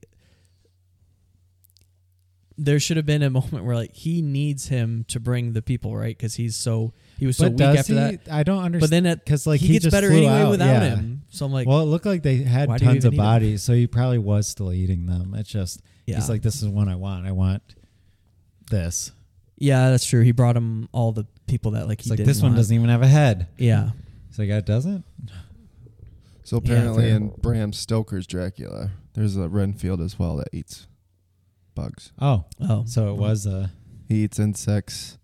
[SPEAKER 1] There should have been a moment where like he needs him to bring the people, right? Because he's so he was so weak after that.
[SPEAKER 2] I don't understand.
[SPEAKER 1] But then at
[SPEAKER 2] 'Cause, like,
[SPEAKER 1] he,
[SPEAKER 2] he
[SPEAKER 1] gets
[SPEAKER 2] just
[SPEAKER 1] better
[SPEAKER 2] flew
[SPEAKER 1] anyway
[SPEAKER 2] out,
[SPEAKER 1] without
[SPEAKER 2] yeah.
[SPEAKER 1] him. So I'm like,
[SPEAKER 2] well, it looked like they had
[SPEAKER 1] Why do you
[SPEAKER 2] tons
[SPEAKER 1] even
[SPEAKER 2] of
[SPEAKER 1] need 'em?
[SPEAKER 2] bodies, so he probably was still eating them. It's just
[SPEAKER 1] yeah,
[SPEAKER 2] he's like, "This is one I want. I want this."
[SPEAKER 1] yeah, that's true. He brought him all the people that like
[SPEAKER 2] It's
[SPEAKER 1] he
[SPEAKER 2] like
[SPEAKER 1] didn't
[SPEAKER 2] this one
[SPEAKER 1] want.
[SPEAKER 2] doesn't even have a head.
[SPEAKER 1] Yeah,
[SPEAKER 2] It's like it doesn't.
[SPEAKER 3] So apparently,
[SPEAKER 1] fair.
[SPEAKER 3] in Bram Stoker's Dracula, there's a Renfield as well that eats bugs.
[SPEAKER 2] Oh,
[SPEAKER 1] oh,
[SPEAKER 2] so it was a
[SPEAKER 3] He eats insects,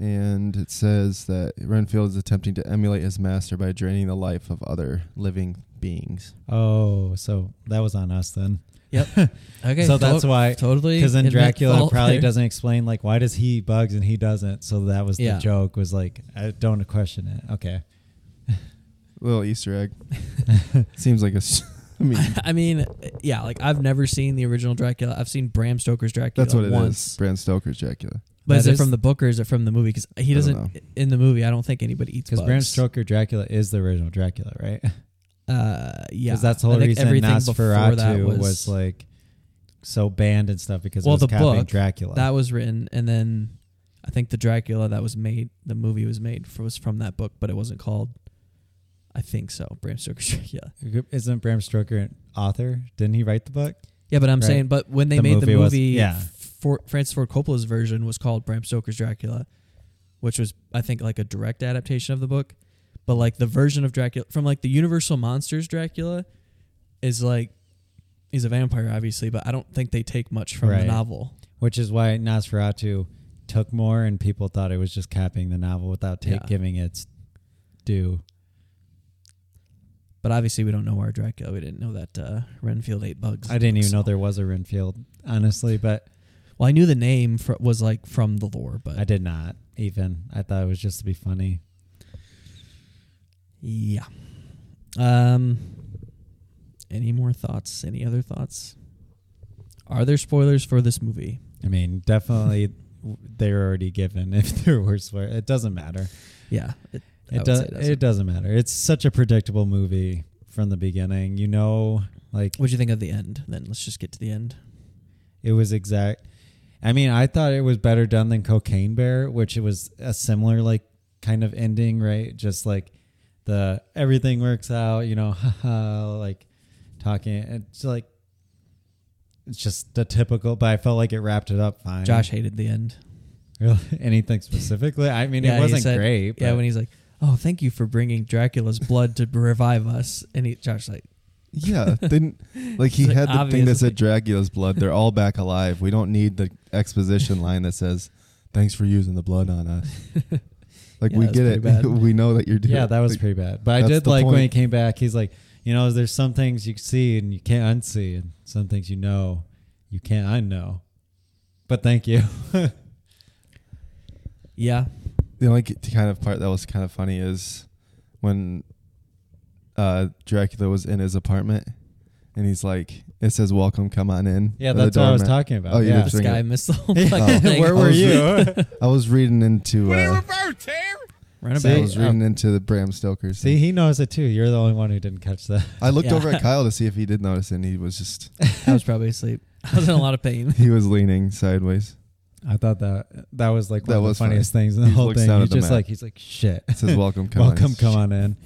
[SPEAKER 3] and it says that Renfield is attempting to emulate his master by draining the life of other living beings.
[SPEAKER 2] oh, so that was on us then.
[SPEAKER 1] okay.
[SPEAKER 2] so that's
[SPEAKER 1] to-
[SPEAKER 2] why
[SPEAKER 1] totally
[SPEAKER 2] because in
[SPEAKER 1] admit
[SPEAKER 2] Dracula
[SPEAKER 1] fault
[SPEAKER 2] probably
[SPEAKER 1] there.
[SPEAKER 2] doesn't explain like why does he bugs and he doesn't. So that was
[SPEAKER 1] Yeah.
[SPEAKER 2] the joke was like I don't question it. Okay,
[SPEAKER 3] Little Easter egg. Seems like a. s- I mean,
[SPEAKER 1] I mean, yeah, like I've never seen the original Dracula. I've seen Bram Stoker's Dracula.
[SPEAKER 3] that's what it is.
[SPEAKER 1] once.
[SPEAKER 3] Bram Stoker's Dracula.
[SPEAKER 1] But is
[SPEAKER 2] That
[SPEAKER 1] it from
[SPEAKER 2] is-
[SPEAKER 1] the book or is it from the movie? Because he
[SPEAKER 3] I don't
[SPEAKER 1] doesn't in the movie. I don't think anybody eats
[SPEAKER 2] because
[SPEAKER 1] bugs.
[SPEAKER 2] Bram Stoker Dracula is the original Dracula, right?
[SPEAKER 1] Uh, yeah,
[SPEAKER 2] because that's the whole
[SPEAKER 1] I think
[SPEAKER 2] reason
[SPEAKER 1] everything before that
[SPEAKER 2] Nosferatu
[SPEAKER 1] was,
[SPEAKER 2] was, like so banned and stuff because
[SPEAKER 1] Well,
[SPEAKER 2] it was
[SPEAKER 1] the
[SPEAKER 2] copying
[SPEAKER 1] book,
[SPEAKER 2] Dracula.
[SPEAKER 1] that was written, and then I think the Dracula that was made, the movie was made for, was from that book, but it wasn't called. I think so, Bram Stoker's Dracula.
[SPEAKER 2] Isn't Bram Stoker an author? Didn't he write the book?
[SPEAKER 1] Yeah, but I'm
[SPEAKER 2] Right.
[SPEAKER 1] saying, but when they
[SPEAKER 2] The
[SPEAKER 1] made the
[SPEAKER 2] movie was-
[SPEAKER 1] movie,
[SPEAKER 2] yeah.
[SPEAKER 1] for, Francis Ford Coppola's version was called Bram Stoker's Dracula, which was, I think, like a direct adaptation of the book. But like the version of Dracula from like the Universal Monsters Dracula is like, he's a vampire, obviously, but I don't think they take much from the
[SPEAKER 2] Right.
[SPEAKER 1] novel.
[SPEAKER 2] Which is why Nosferatu took more and people thought it was just copying the novel without take,
[SPEAKER 1] Yeah.
[SPEAKER 2] giving its due.
[SPEAKER 1] But obviously, we don't know our Dracula. We didn't know that uh, Renfield ate bugs.
[SPEAKER 2] I didn't even
[SPEAKER 1] So-
[SPEAKER 2] know there was a Renfield, honestly, but
[SPEAKER 1] Well, I knew the name fr- was like from the lore, but
[SPEAKER 2] I did not even. I thought it was just to be funny.
[SPEAKER 1] yeah. Um, any more thoughts? Any other thoughts? Are there spoilers for this movie?
[SPEAKER 2] I mean, definitely they were already given if there were swear. It doesn't matter.
[SPEAKER 1] Yeah, it, I
[SPEAKER 2] It,
[SPEAKER 1] would
[SPEAKER 2] does,
[SPEAKER 1] say
[SPEAKER 2] it,
[SPEAKER 1] doesn't.
[SPEAKER 2] doesn't matter. It's such a predictable movie from the beginning. You know, like
[SPEAKER 1] What'd you think of the end? Then let's just get to the end.
[SPEAKER 2] It was exact. I mean, I thought it was better done than Cocaine Bear, which it was a similar like kind of ending, right? Just like the everything works out, you know, haha, like talking. It's like it's just the typical, but I felt like it wrapped it up fine.
[SPEAKER 1] Josh hated the end.
[SPEAKER 2] really, anything specifically? I mean,
[SPEAKER 1] Yeah,
[SPEAKER 2] it
[SPEAKER 1] he
[SPEAKER 2] wasn't
[SPEAKER 1] said-
[SPEAKER 2] great.
[SPEAKER 1] Yeah,
[SPEAKER 2] but-
[SPEAKER 1] when he's like, "Oh, thank you for bringing Dracula's blood to revive us," and he, Josh like,
[SPEAKER 3] Yeah, didn't like he
[SPEAKER 1] It's like
[SPEAKER 3] had the thing that
[SPEAKER 1] obviously.
[SPEAKER 3] said Dracula's blood. They're all back alive. We don't need the exposition line that says, "Thanks for using the blood on us." Like
[SPEAKER 1] Yeah,
[SPEAKER 3] we
[SPEAKER 1] that's
[SPEAKER 3] get
[SPEAKER 1] pretty
[SPEAKER 3] it.
[SPEAKER 1] bad.
[SPEAKER 3] we know that you're doing.
[SPEAKER 2] yeah, that was
[SPEAKER 3] like,
[SPEAKER 2] pretty bad. But I
[SPEAKER 3] that's
[SPEAKER 2] did
[SPEAKER 3] the
[SPEAKER 2] like when he
[SPEAKER 3] point.
[SPEAKER 2] came back, he's like, you know, there's some things you see and you can't unsee, and some things you know you can't unknow. But thank you.
[SPEAKER 1] "Yeah,
[SPEAKER 3] the only kind of part that was kind of funny is when uh, Dracula was in his apartment and he's like, "It says welcome, come on in."
[SPEAKER 2] yeah,
[SPEAKER 3] to the Oh.
[SPEAKER 2] that's what I was
[SPEAKER 3] doormat.
[SPEAKER 2] talking about.
[SPEAKER 3] Oh, you
[SPEAKER 2] yeah.
[SPEAKER 3] did
[SPEAKER 1] this
[SPEAKER 3] Bring
[SPEAKER 1] guy
[SPEAKER 3] it.
[SPEAKER 1] missed the whole
[SPEAKER 2] Yeah.
[SPEAKER 1] fucking thing."
[SPEAKER 2] Where were you?
[SPEAKER 3] I was reading into.
[SPEAKER 4] What are you
[SPEAKER 3] Uh,
[SPEAKER 4] about, Tim?
[SPEAKER 1] Right
[SPEAKER 2] See,
[SPEAKER 3] I
[SPEAKER 1] about
[SPEAKER 3] was reading into the Bram Stoker.
[SPEAKER 2] See,
[SPEAKER 3] thing.
[SPEAKER 2] he knows it too. You're the only one who didn't catch that.
[SPEAKER 3] I looked
[SPEAKER 1] Yeah.
[SPEAKER 3] over at Kyle to see if he did notice, and he was just
[SPEAKER 1] I was probably asleep. I was in a lot of pain.
[SPEAKER 3] he was leaning sideways.
[SPEAKER 2] I thought that that was like one
[SPEAKER 3] That
[SPEAKER 2] of the
[SPEAKER 3] was
[SPEAKER 2] funniest things in the
[SPEAKER 3] He
[SPEAKER 2] whole
[SPEAKER 3] looks
[SPEAKER 2] thing.
[SPEAKER 3] down
[SPEAKER 2] He's
[SPEAKER 3] at the
[SPEAKER 2] just
[SPEAKER 3] map.
[SPEAKER 2] like he's like shit.
[SPEAKER 3] It says welcome, come on.
[SPEAKER 2] Welcome, come on in.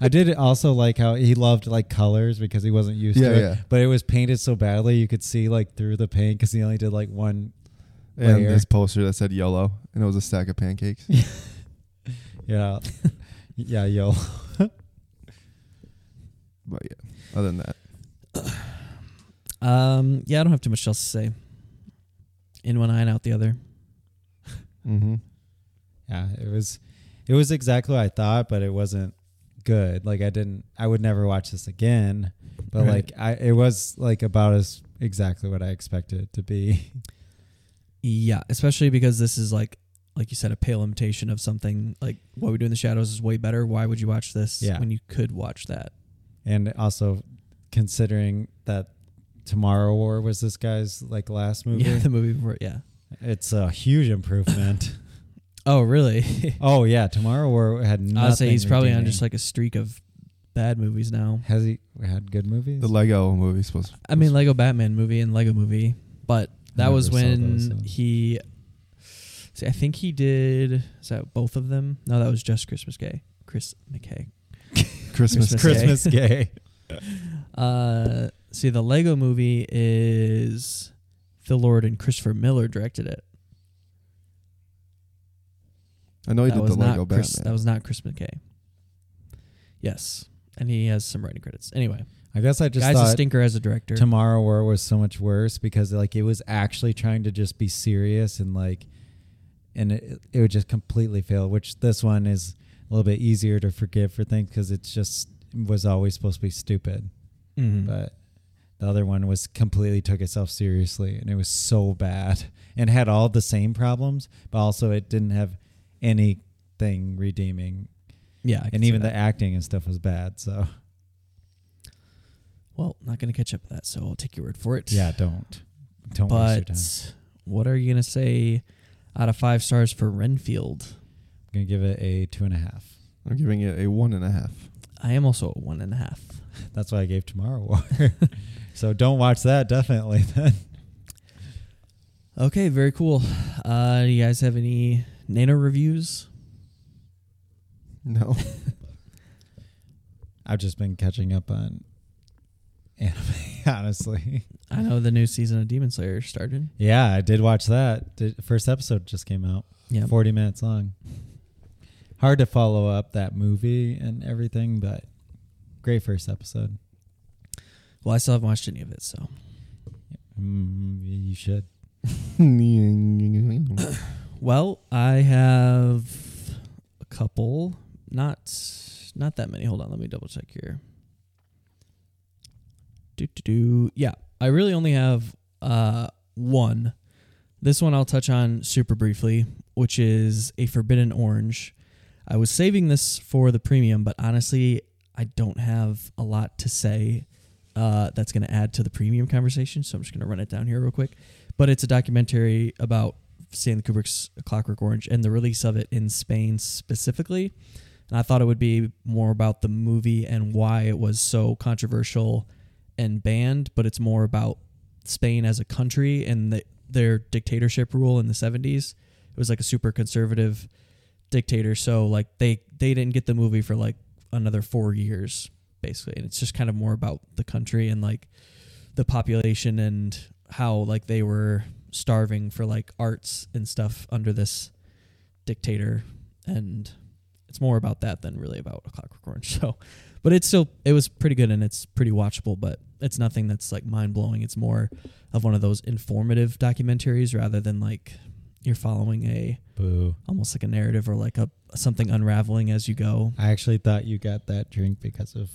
[SPEAKER 2] I did also like how he loved like colors because he wasn't used
[SPEAKER 3] Yeah,
[SPEAKER 2] to it,
[SPEAKER 3] yeah.
[SPEAKER 2] but it was painted so badly you could see like through the paint because he only did like one.
[SPEAKER 3] and
[SPEAKER 2] Layer.
[SPEAKER 3] this poster that said yellow, and it was a stack of pancakes.
[SPEAKER 2] Yeah, yeah, yo.
[SPEAKER 3] But yeah, other than that,
[SPEAKER 1] Um, yeah, I don't have too much else to say. In one eye and out the other.
[SPEAKER 3] mm-hmm.
[SPEAKER 2] Yeah, it was it was exactly what I thought, but it wasn't good. Like I didn't I would never watch this again. But
[SPEAKER 1] Right.
[SPEAKER 2] like I it was like about as exactly what I expected it to be.
[SPEAKER 1] Yeah, especially because this is like, like you said, a pale imitation of something like what we do in the shadows is way better. Why would you watch this
[SPEAKER 2] Yeah.
[SPEAKER 1] when you could watch that?
[SPEAKER 2] And also considering that Tomorrow War was this guy's like last movie.
[SPEAKER 1] Yeah, the movie before. Yeah.
[SPEAKER 2] It's a huge improvement.
[SPEAKER 1] Oh, really?
[SPEAKER 2] oh yeah, Tomorrow War had nothing.
[SPEAKER 1] I would say he's probably on
[SPEAKER 2] redeeming.
[SPEAKER 1] just like a streak of bad movies now.
[SPEAKER 2] has he had good movies?
[SPEAKER 3] the Lego movie supposed.
[SPEAKER 1] I mean, Lego Batman movie and Lego movie, but that
[SPEAKER 2] Never
[SPEAKER 1] was
[SPEAKER 2] saw
[SPEAKER 1] when
[SPEAKER 2] those, so.
[SPEAKER 1] he. See, I think he did. Is that both of them? No, that was just Christmas Gay. Chris McKay.
[SPEAKER 3] Christmas.
[SPEAKER 1] Christmas
[SPEAKER 3] Christmas.
[SPEAKER 2] Christmas gay.
[SPEAKER 1] Uh, see, the Lego movie is Phil Lord and Christopher Miller directed it.
[SPEAKER 3] I
[SPEAKER 2] Oh,
[SPEAKER 3] know he
[SPEAKER 1] That
[SPEAKER 3] did the
[SPEAKER 1] was
[SPEAKER 3] Lego
[SPEAKER 1] not
[SPEAKER 3] Batman.
[SPEAKER 1] Chris. That was not Chris McKay. Yes, and he has some writing credits. Anyway,
[SPEAKER 2] I guess I just
[SPEAKER 1] guy's a
[SPEAKER 2] thought
[SPEAKER 1] stinker as a director.
[SPEAKER 2] Tomorrow War was so much worse because like it was actually trying to just be serious and like and it, it would just completely fail which this one is a little bit easier to forgive for things because it's just was always supposed to be stupid
[SPEAKER 1] Mhm.
[SPEAKER 2] but the other one was completely took itself seriously and it was so bad and had all the same problems but also it didn't have anything redeeming
[SPEAKER 1] yeah, I can
[SPEAKER 2] and
[SPEAKER 1] see
[SPEAKER 2] even
[SPEAKER 1] that.
[SPEAKER 2] the acting and stuff was bad so
[SPEAKER 1] Well, not going to catch up with that, so I'll take your word for it.
[SPEAKER 2] yeah don't don't waste your time
[SPEAKER 1] But what are you going to say out of five stars for Renfield?
[SPEAKER 2] i'm gonna give it a two and a half
[SPEAKER 3] I'm giving it a one and a half.
[SPEAKER 1] I am also a one and a half.
[SPEAKER 2] That's why I gave Tomorrow War. so don't watch that definitely then.
[SPEAKER 1] Okay, very cool. Uh, do you guys have any Nano reviews?
[SPEAKER 3] No,
[SPEAKER 2] I've just been catching up on anime, honestly.
[SPEAKER 1] I know the new season of Demon Slayer started.
[SPEAKER 2] Yeah, I did watch that. The first episode just came out.
[SPEAKER 1] Yeah.
[SPEAKER 2] 40 minutes long. Hard to follow up that movie and everything, but great first episode.
[SPEAKER 1] Well, I still haven't watched any of it, so
[SPEAKER 2] Mm, you should.
[SPEAKER 3] I
[SPEAKER 1] Well, I have a couple. Not not that many. Hold on, let me double check here. Do do do. Yeah, I really only have uh one. This one I'll touch on super briefly, which is a forbidden orange. I was saving this for the premium, but honestly, I don't have a lot to say uh, that's going to add to the premium conversation, so I'm just going to run it down here real quick. But it's a documentary about Stanley Kubrick's Clockwork Orange and the release of it in Spain specifically. And I thought it would be more about the movie and why it was so controversial and banned, but it's more about Spain as a country and the, their dictatorship rule in the 70s. It was like a super conservative dictator, so like they they didn't get the movie for like another 4 years basically. And it's just kind of more about the country and like the population and how like they were starving for like arts and stuff under this dictator and it's more about that than really about a clockwork orange so but it's still it was pretty good and it's pretty watchable but it's nothing that's like mind-blowing it's more of one of those informative documentaries rather than like you're following a
[SPEAKER 2] Boo.
[SPEAKER 1] almost like a narrative or like a something unraveling as you go
[SPEAKER 2] I actually thought you got that drink because of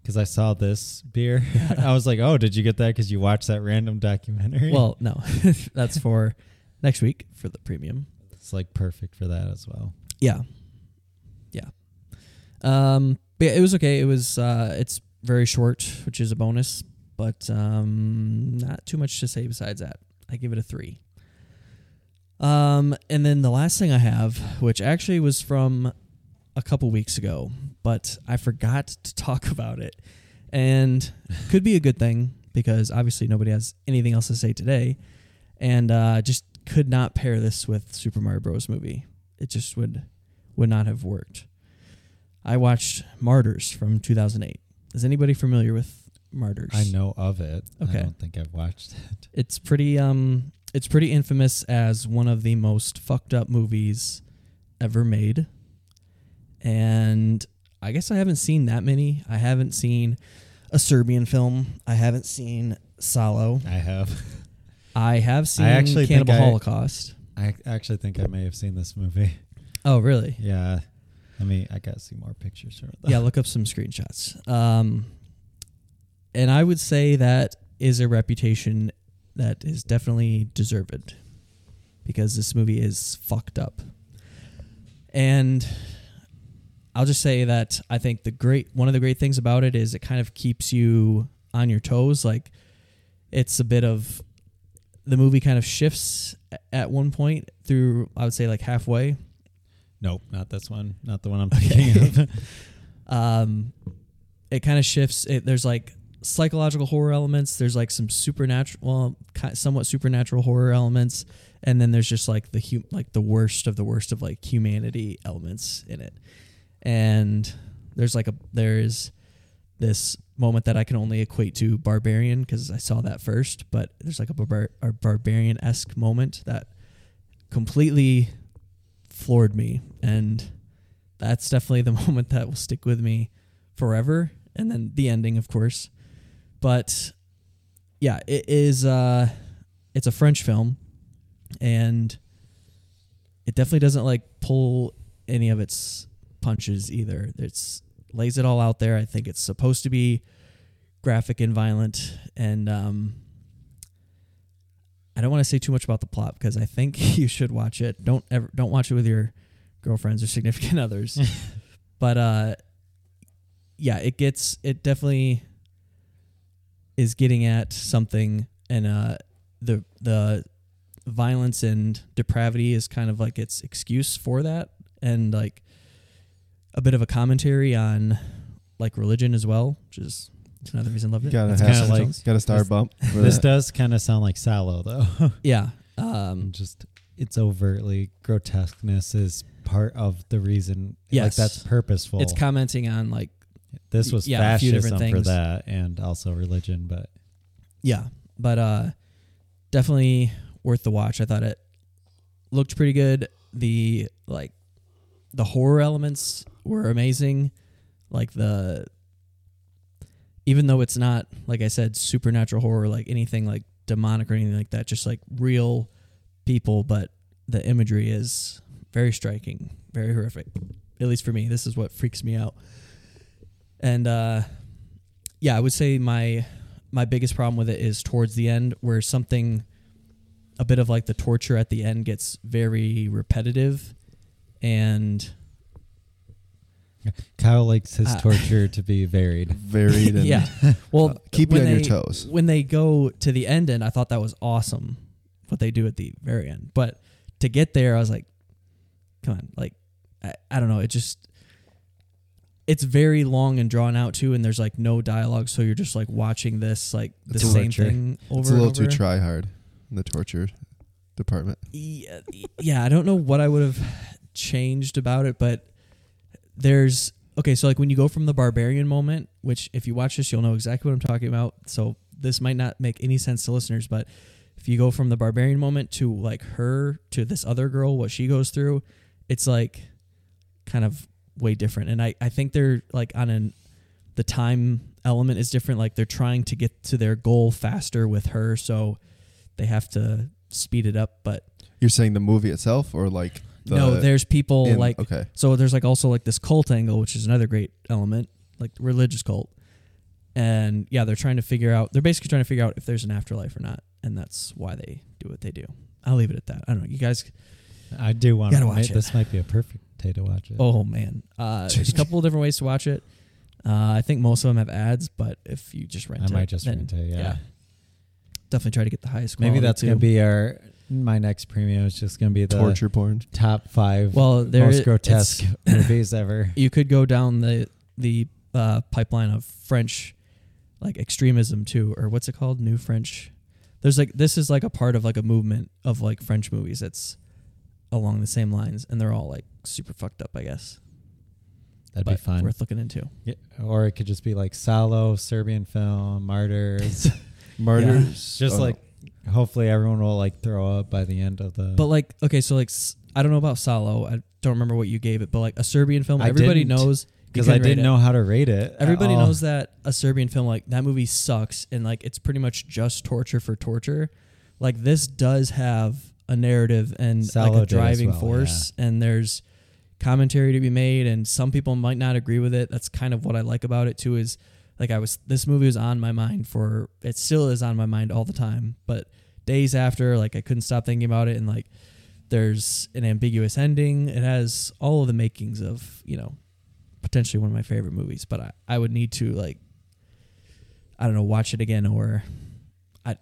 [SPEAKER 2] because I saw this beer. I was like, "Oh, did you get that because you watched that random documentary?"
[SPEAKER 1] well no that's for next week for the premium
[SPEAKER 2] it's like perfect for that as well.
[SPEAKER 1] Yeah. Yeah. Um but yeah, it was okay. It was uh it's very short, which is a bonus, but um not too much to say besides that. I give it a 3. Um and then the last thing I have, which actually was from a couple weeks ago, but I forgot to talk about it. And could be a good thing because obviously nobody has anything else to say today. And uh just could not pair this with Super Mario Bros movie it just would would not have worked. I watched Martyrs from 2008. Is anybody familiar with Martyrs?
[SPEAKER 2] I know of it.
[SPEAKER 1] Okay.
[SPEAKER 2] I don't think I've watched it.
[SPEAKER 1] It's pretty um it's pretty infamous as one of the most fucked up movies ever made. And I guess I haven't seen that many. I haven't seen a Serbian film. I haven't seen Salo.
[SPEAKER 2] I have.
[SPEAKER 1] I have seen
[SPEAKER 2] actually think
[SPEAKER 1] Cannibal
[SPEAKER 2] I-
[SPEAKER 1] Holocaust.
[SPEAKER 2] I actually think I may have seen this movie.
[SPEAKER 1] Oh, really?
[SPEAKER 2] Yeah. I mean, I gotta see more pictures. From it.
[SPEAKER 1] yeah, look up some screenshots. Um, and I would say that is a reputation that is definitely deserved because this movie is fucked up. And I'll just say that I think the great one of the great things about it is it kind of keeps you on your toes. Like it's a bit of the movie kind of shifts a- at one point through I would say like halfway
[SPEAKER 2] Nope, not this one. Not the one I'm thinking of.
[SPEAKER 1] um, it kind of shifts. It, there's like psychological horror elements. There's like some supernatural, well, ki somewhat supernatural horror elements, and then there's just like the hu- like the worst of the worst of like humanity elements in it. And there's like a there is this moment that I can only equate to Barbarian because I saw that first, but there's like a, barbar- a Barbarian esque moment that completely floored me and that's definitely the moment that will stick with me forever and then the ending of course but yeah it is uh it's a french film and it definitely doesn't like pull any of its punches either it's lays it all out there i think it's supposed to be graphic and violent and um i don't want to say too much about the plot because i think you should watch it don't ever don't watch it with your girlfriends or significant others but uh yeah it gets it definitely is getting at something and uh the the violence and depravity is kind of like its excuse for that and like a bit of a commentary on like religion as well which is it's another reason i loved it
[SPEAKER 3] Gotta
[SPEAKER 1] That's
[SPEAKER 3] have
[SPEAKER 1] kinda
[SPEAKER 2] like-
[SPEAKER 1] something.
[SPEAKER 3] Got a star bump. for
[SPEAKER 2] this
[SPEAKER 3] that.
[SPEAKER 2] does kind of sound like Sallow, though.
[SPEAKER 1] yeah um
[SPEAKER 2] Just it's overtly grotesqueness is part of the reason.
[SPEAKER 1] Yes.
[SPEAKER 2] like that's purposeful.
[SPEAKER 1] it's commenting on like
[SPEAKER 2] this was
[SPEAKER 1] yeah, a few different
[SPEAKER 2] fascism for
[SPEAKER 1] things.
[SPEAKER 2] that, and also religion. But
[SPEAKER 1] yeah but uh definitely worth the watch i thought it looked pretty good the like the horror elements were amazing like the even though it's not like i said supernatural horror like anything like demonic or anything like that just like real people but the imagery is very striking very horrific at least for me this is what freaks me out and uh yeah i would say my my biggest problem with it is towards the end where something a bit of like the torture at the end gets very repetitive and
[SPEAKER 2] Kyle likes his
[SPEAKER 1] Uh,
[SPEAKER 2] torture to be varied.
[SPEAKER 3] varied and uh,
[SPEAKER 1] yeah well
[SPEAKER 3] keep you
[SPEAKER 1] when
[SPEAKER 3] on your
[SPEAKER 1] they-
[SPEAKER 3] toes.
[SPEAKER 1] when they go to the end and i thought that was awesome what they do at the very end but to get there i was like come on like i, I don't know it just it's very long and drawn out too and there's like no dialogue so you're just like watching this like the
[SPEAKER 2] It's
[SPEAKER 1] same
[SPEAKER 2] torture.
[SPEAKER 1] thing over
[SPEAKER 3] It's a little
[SPEAKER 1] and
[SPEAKER 3] too
[SPEAKER 1] over.
[SPEAKER 3] try hard in the torture department.
[SPEAKER 1] yeah, yeah, I don't know what I would have changed about it, but there's okay, so like when you go from the barbarian moment, which if you watch this, you'll know exactly what I'm talking about. So this might not make any sense to listeners, but if you go from the barbarian moment to like her to this other girl, what she goes through, it's like kind of way different. And I, I think they're like on an the time element is different. Like they're trying to get to their goal faster with her, so they have to speed it up. But
[SPEAKER 3] You're saying the movie itself, or like the
[SPEAKER 1] no, there's people
[SPEAKER 3] in-
[SPEAKER 1] like
[SPEAKER 3] okay,
[SPEAKER 1] so there's like also like this cult angle, which is another great element, like religious cult. And yeah, they're trying to figure out they're basically trying to figure out if there's an afterlife or not, and that's why they do what they do. I'll leave it at that. I don't know. You guys
[SPEAKER 2] I do want
[SPEAKER 1] Gotta
[SPEAKER 2] to
[SPEAKER 1] watch it.
[SPEAKER 2] This might be a perfect day to watch it.
[SPEAKER 1] Oh man. Uh there's a couple of different ways to watch it. Uh, I think most of them have ads, but if you just rent
[SPEAKER 2] I
[SPEAKER 1] it,
[SPEAKER 2] might just
[SPEAKER 1] then
[SPEAKER 2] rent it.
[SPEAKER 1] yeah.
[SPEAKER 2] yeah.
[SPEAKER 1] definitely try to get the highest quality.
[SPEAKER 2] Maybe that's
[SPEAKER 1] too.
[SPEAKER 2] gonna be our my next premium. is just gonna be the
[SPEAKER 3] torture porn.
[SPEAKER 2] top five
[SPEAKER 1] well. There
[SPEAKER 2] most
[SPEAKER 1] it-
[SPEAKER 2] grotesque movies ever.
[SPEAKER 1] it's- You could go down the the uh, pipeline of French like extremism too, or what's it called? New French. There's like this is like a part of like a movement of like French movies that's along the same lines, and they're all like super fucked up, I guess.
[SPEAKER 2] That'd
[SPEAKER 1] but
[SPEAKER 2] be fun.
[SPEAKER 1] worth looking into.
[SPEAKER 2] Yeah, or it could just be like Salo, Serbian film, Martyrs.
[SPEAKER 3] Martyrs.
[SPEAKER 2] just
[SPEAKER 3] Oh, no.
[SPEAKER 2] like hopefully everyone will like throw up by the end of the.
[SPEAKER 1] But like, okay, so like, s- I don't know about Salo. I don't remember what you gave it, but like a Serbian film,
[SPEAKER 2] I
[SPEAKER 1] everybody
[SPEAKER 2] didn't,
[SPEAKER 1] knows you
[SPEAKER 2] because I
[SPEAKER 1] couldn't rate
[SPEAKER 2] didn't
[SPEAKER 1] it.
[SPEAKER 2] know how to rate it. at
[SPEAKER 1] Everybody
[SPEAKER 2] all.
[SPEAKER 1] knows that a Serbian film like that movie sucks and like it's pretty much just torture for torture. Like this does have a narrative and
[SPEAKER 2] Salo
[SPEAKER 1] like a
[SPEAKER 2] did as
[SPEAKER 1] driving
[SPEAKER 2] well,
[SPEAKER 1] force and there's commentary to be made and some people might not agree with it. That's kind of what I like about it too is like I was this movie was on my mind for it still is on my mind all the time, but days after like I couldn't stop thinking about it and like there's an ambiguous ending. It has all of the makings of, you know, potentially one of my favorite movies, but I, I would need to like I don't know, watch it again or I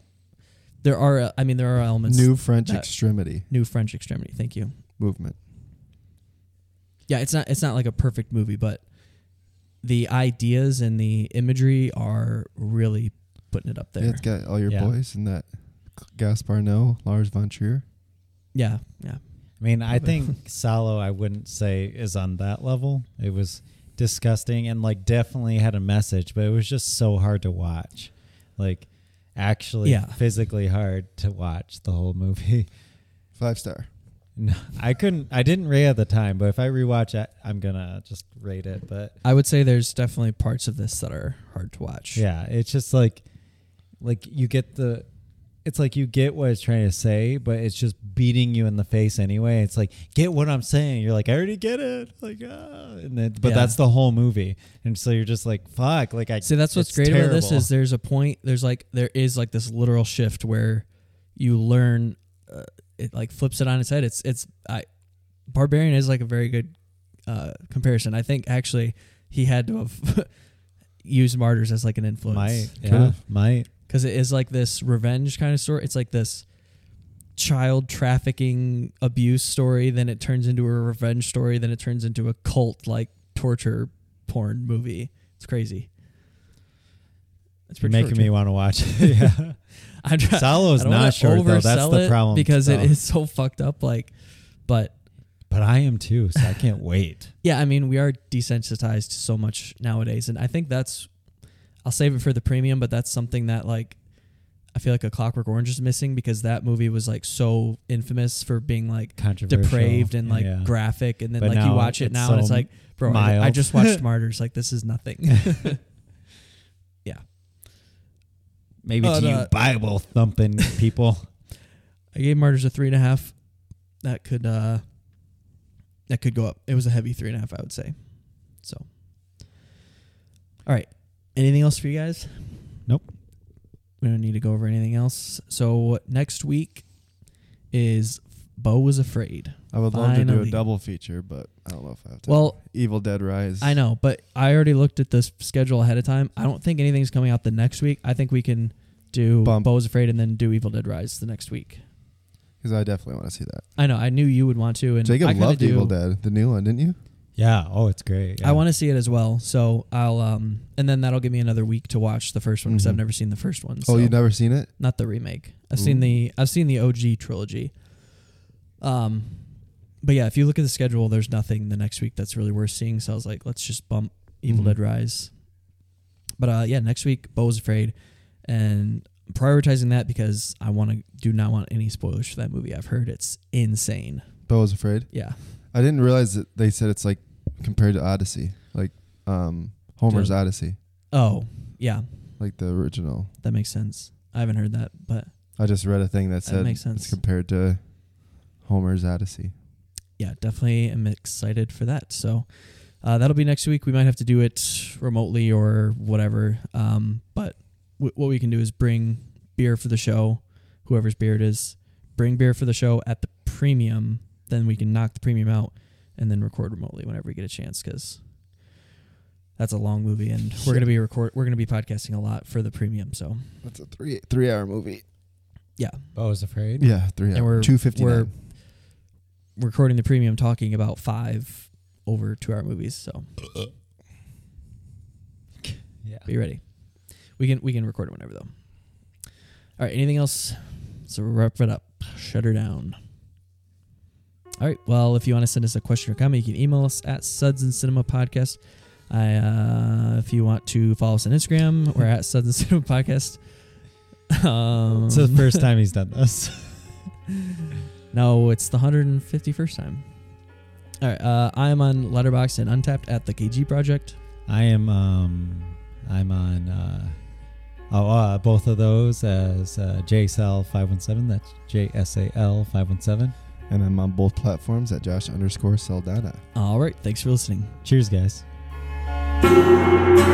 [SPEAKER 1] there are uh, I mean there are elements
[SPEAKER 3] New French
[SPEAKER 1] that-
[SPEAKER 3] Extremity
[SPEAKER 1] New French Extremity. Thank you.
[SPEAKER 3] Movement.
[SPEAKER 1] Yeah, it's not it's not like a perfect movie, but the ideas and the imagery are really putting it up there.
[SPEAKER 3] Yeah, it's got all your
[SPEAKER 2] Yeah.
[SPEAKER 3] boys in that. Gaspar Noe, Lars von Trier.
[SPEAKER 1] yeah, yeah.
[SPEAKER 2] I mean, I
[SPEAKER 1] Probably.
[SPEAKER 2] think Salo, I wouldn't say is on that level. It was disgusting and like definitely had a message, but it was just so hard to watch. Like, actually,
[SPEAKER 1] Yeah.
[SPEAKER 2] physically hard to watch the whole movie.
[SPEAKER 3] Five star.
[SPEAKER 2] No, I couldn't. I didn't rate at the time, but if I rewatch it, I'm gonna just rate it. But
[SPEAKER 1] I would say there's definitely parts of this that are hard to watch.
[SPEAKER 2] yeah, it's just like, like you get the, it's like you get what it's trying to say, but it's just beating you in the face anyway. It's like get what I'm saying. You're like, I already get it. Like, ah, and then, but
[SPEAKER 1] Yeah.
[SPEAKER 2] that's the whole movie, and so you're just like, fuck. Like I
[SPEAKER 1] See, that's what's
[SPEAKER 2] it's
[SPEAKER 1] great about this
[SPEAKER 2] terrible.
[SPEAKER 1] is there's a point. There's like there is like this literal shift where you learn. Uh, it like flips it on its head. It's it's I, Barbarian is like a very good uh, comparison. I think actually he had to have used Martyrs as like an
[SPEAKER 2] might
[SPEAKER 1] influence
[SPEAKER 2] yeah
[SPEAKER 3] Could've.
[SPEAKER 2] might
[SPEAKER 1] because it is like this revenge kind of story. It's like this child trafficking abuse story. Then it turns into a revenge story. Then it turns into a cult like torture porn movie. It's crazy. It's
[SPEAKER 2] you're
[SPEAKER 1] pretty
[SPEAKER 2] making me
[SPEAKER 1] torture.
[SPEAKER 2] want to watch it. yeah,
[SPEAKER 1] I'm try-
[SPEAKER 2] Salo
[SPEAKER 1] I
[SPEAKER 2] is
[SPEAKER 1] don't wanna
[SPEAKER 2] not short though. That's
[SPEAKER 1] oversell
[SPEAKER 2] the
[SPEAKER 1] it
[SPEAKER 2] problem
[SPEAKER 1] because
[SPEAKER 2] though.
[SPEAKER 1] it is so fucked up. Like, but
[SPEAKER 2] But I am too, so I can't wait.
[SPEAKER 1] yeah, I mean, we are desensitized to so much nowadays, and I think that's. I'll save it for the premium, but that's something that like, I feel like a Clockwork Orange is missing because that movie was like so infamous for being like
[SPEAKER 2] Controversial.
[SPEAKER 1] depraved and like
[SPEAKER 2] yeah.
[SPEAKER 1] graphic, and then
[SPEAKER 2] But
[SPEAKER 1] like you
[SPEAKER 2] now
[SPEAKER 1] watch it
[SPEAKER 2] it's
[SPEAKER 1] now and
[SPEAKER 2] so
[SPEAKER 1] it's like, bro, I, ju- I
[SPEAKER 2] mild.
[SPEAKER 1] just watched Martyrs. Like this is nothing. yeah,
[SPEAKER 2] Maybe
[SPEAKER 1] But,
[SPEAKER 2] to you
[SPEAKER 1] uh,
[SPEAKER 2] Bible thumping people.
[SPEAKER 1] I gave Martyrs a three and a half. That could uh that could go up. It was a heavy three and a half, I would say. So all right. Anything else for you guys?
[SPEAKER 2] Nope.
[SPEAKER 1] We don't need to go over anything else. So next week is Bo was afraid.
[SPEAKER 3] I would love to do a
[SPEAKER 1] Finally.
[SPEAKER 3] double feature, but I don't know if I have time.
[SPEAKER 1] Well,
[SPEAKER 3] Evil Dead Rise.
[SPEAKER 1] I know, but I already looked at the s- schedule ahead of time. I don't think anything's coming out the next week. I think we can do
[SPEAKER 3] Bump.
[SPEAKER 1] Bo was afraid and then do Evil Dead Rise the next week.
[SPEAKER 3] because I definitely want to see that.
[SPEAKER 1] I know. I knew you would want to, and I
[SPEAKER 3] Jacob
[SPEAKER 1] kinda
[SPEAKER 3] loved
[SPEAKER 1] do,
[SPEAKER 3] Evil Dead, the new one, didn't you?
[SPEAKER 2] Yeah. Oh, it's great.
[SPEAKER 1] I want to see it as well. So I'll um and then that'll give me another week to watch the first one because I've
[SPEAKER 3] Mhm.
[SPEAKER 1] never seen the first one.
[SPEAKER 3] Oh,
[SPEAKER 1] so-
[SPEAKER 3] you've never seen it?
[SPEAKER 1] not the remake. I've seen
[SPEAKER 3] Ooh.
[SPEAKER 1] the I've seen the OG trilogy. Um but yeah, if you look at the schedule, there's nothing the next week that's really worth seeing. So I was like, let's just bump Evil
[SPEAKER 3] Mhm.
[SPEAKER 1] Dead Rise. But uh yeah, next week Bo was afraid and prioritizing that because I want to do not want any spoilers for that movie. I've heard it's insane.
[SPEAKER 3] Bo was afraid.
[SPEAKER 1] Yeah.
[SPEAKER 3] I didn't realize that they said it's like compared to Odyssey, like um Homer's
[SPEAKER 1] Yeah.
[SPEAKER 3] Odyssey,
[SPEAKER 1] Oh, yeah,
[SPEAKER 3] like the original.
[SPEAKER 1] that makes sense. I haven't heard that, but
[SPEAKER 3] I just read a thing that
[SPEAKER 1] That
[SPEAKER 3] said
[SPEAKER 1] makes sense.
[SPEAKER 3] it's compared to Homer's Odyssey.
[SPEAKER 1] yeah, definitely am excited for that. So uh, that'll be next week. We might have to do it remotely or whatever. Um, but w- what we can do is bring beer for the show, whoever's beer it is. Bring beer for the show at the premium. Then we can knock the premium out and then record remotely whenever we get a chance because that's a long movie and we're gonna be record. We're gonna be podcasting a lot for the premium. So
[SPEAKER 3] That's a three three hour movie.
[SPEAKER 2] Oh, I was afraid.
[SPEAKER 3] Yeah, three
[SPEAKER 1] And we're-
[SPEAKER 3] hour. Two fifty
[SPEAKER 1] we're-
[SPEAKER 3] nine.
[SPEAKER 1] recording the premium, talking about five over two-hour movies. So
[SPEAKER 2] Yeah.
[SPEAKER 1] Be ready. We can we can record it whenever though. All right. Anything else? So wrap it up. Shut her down. All right. Well, if you want to send us a question or comment, you can email us at Suds and Cinema Podcast. I, uh, if you want to follow us on Instagram, we're at Suds and Cinema Podcast. Um,
[SPEAKER 2] It's the first time he's done this.
[SPEAKER 1] No, it's the 151st time. All right. Uh, I am on Letterbox and Untapped at the KG Project.
[SPEAKER 2] I am um I'm on uh oh uh, both of those as uh JSAL five one seven, that's J S A L five one seven.
[SPEAKER 3] And I'm on both platforms at Josh underscore Saldana.
[SPEAKER 1] All right. Thanks for listening.
[SPEAKER 2] Cheers guys.
[SPEAKER 3] Cheers.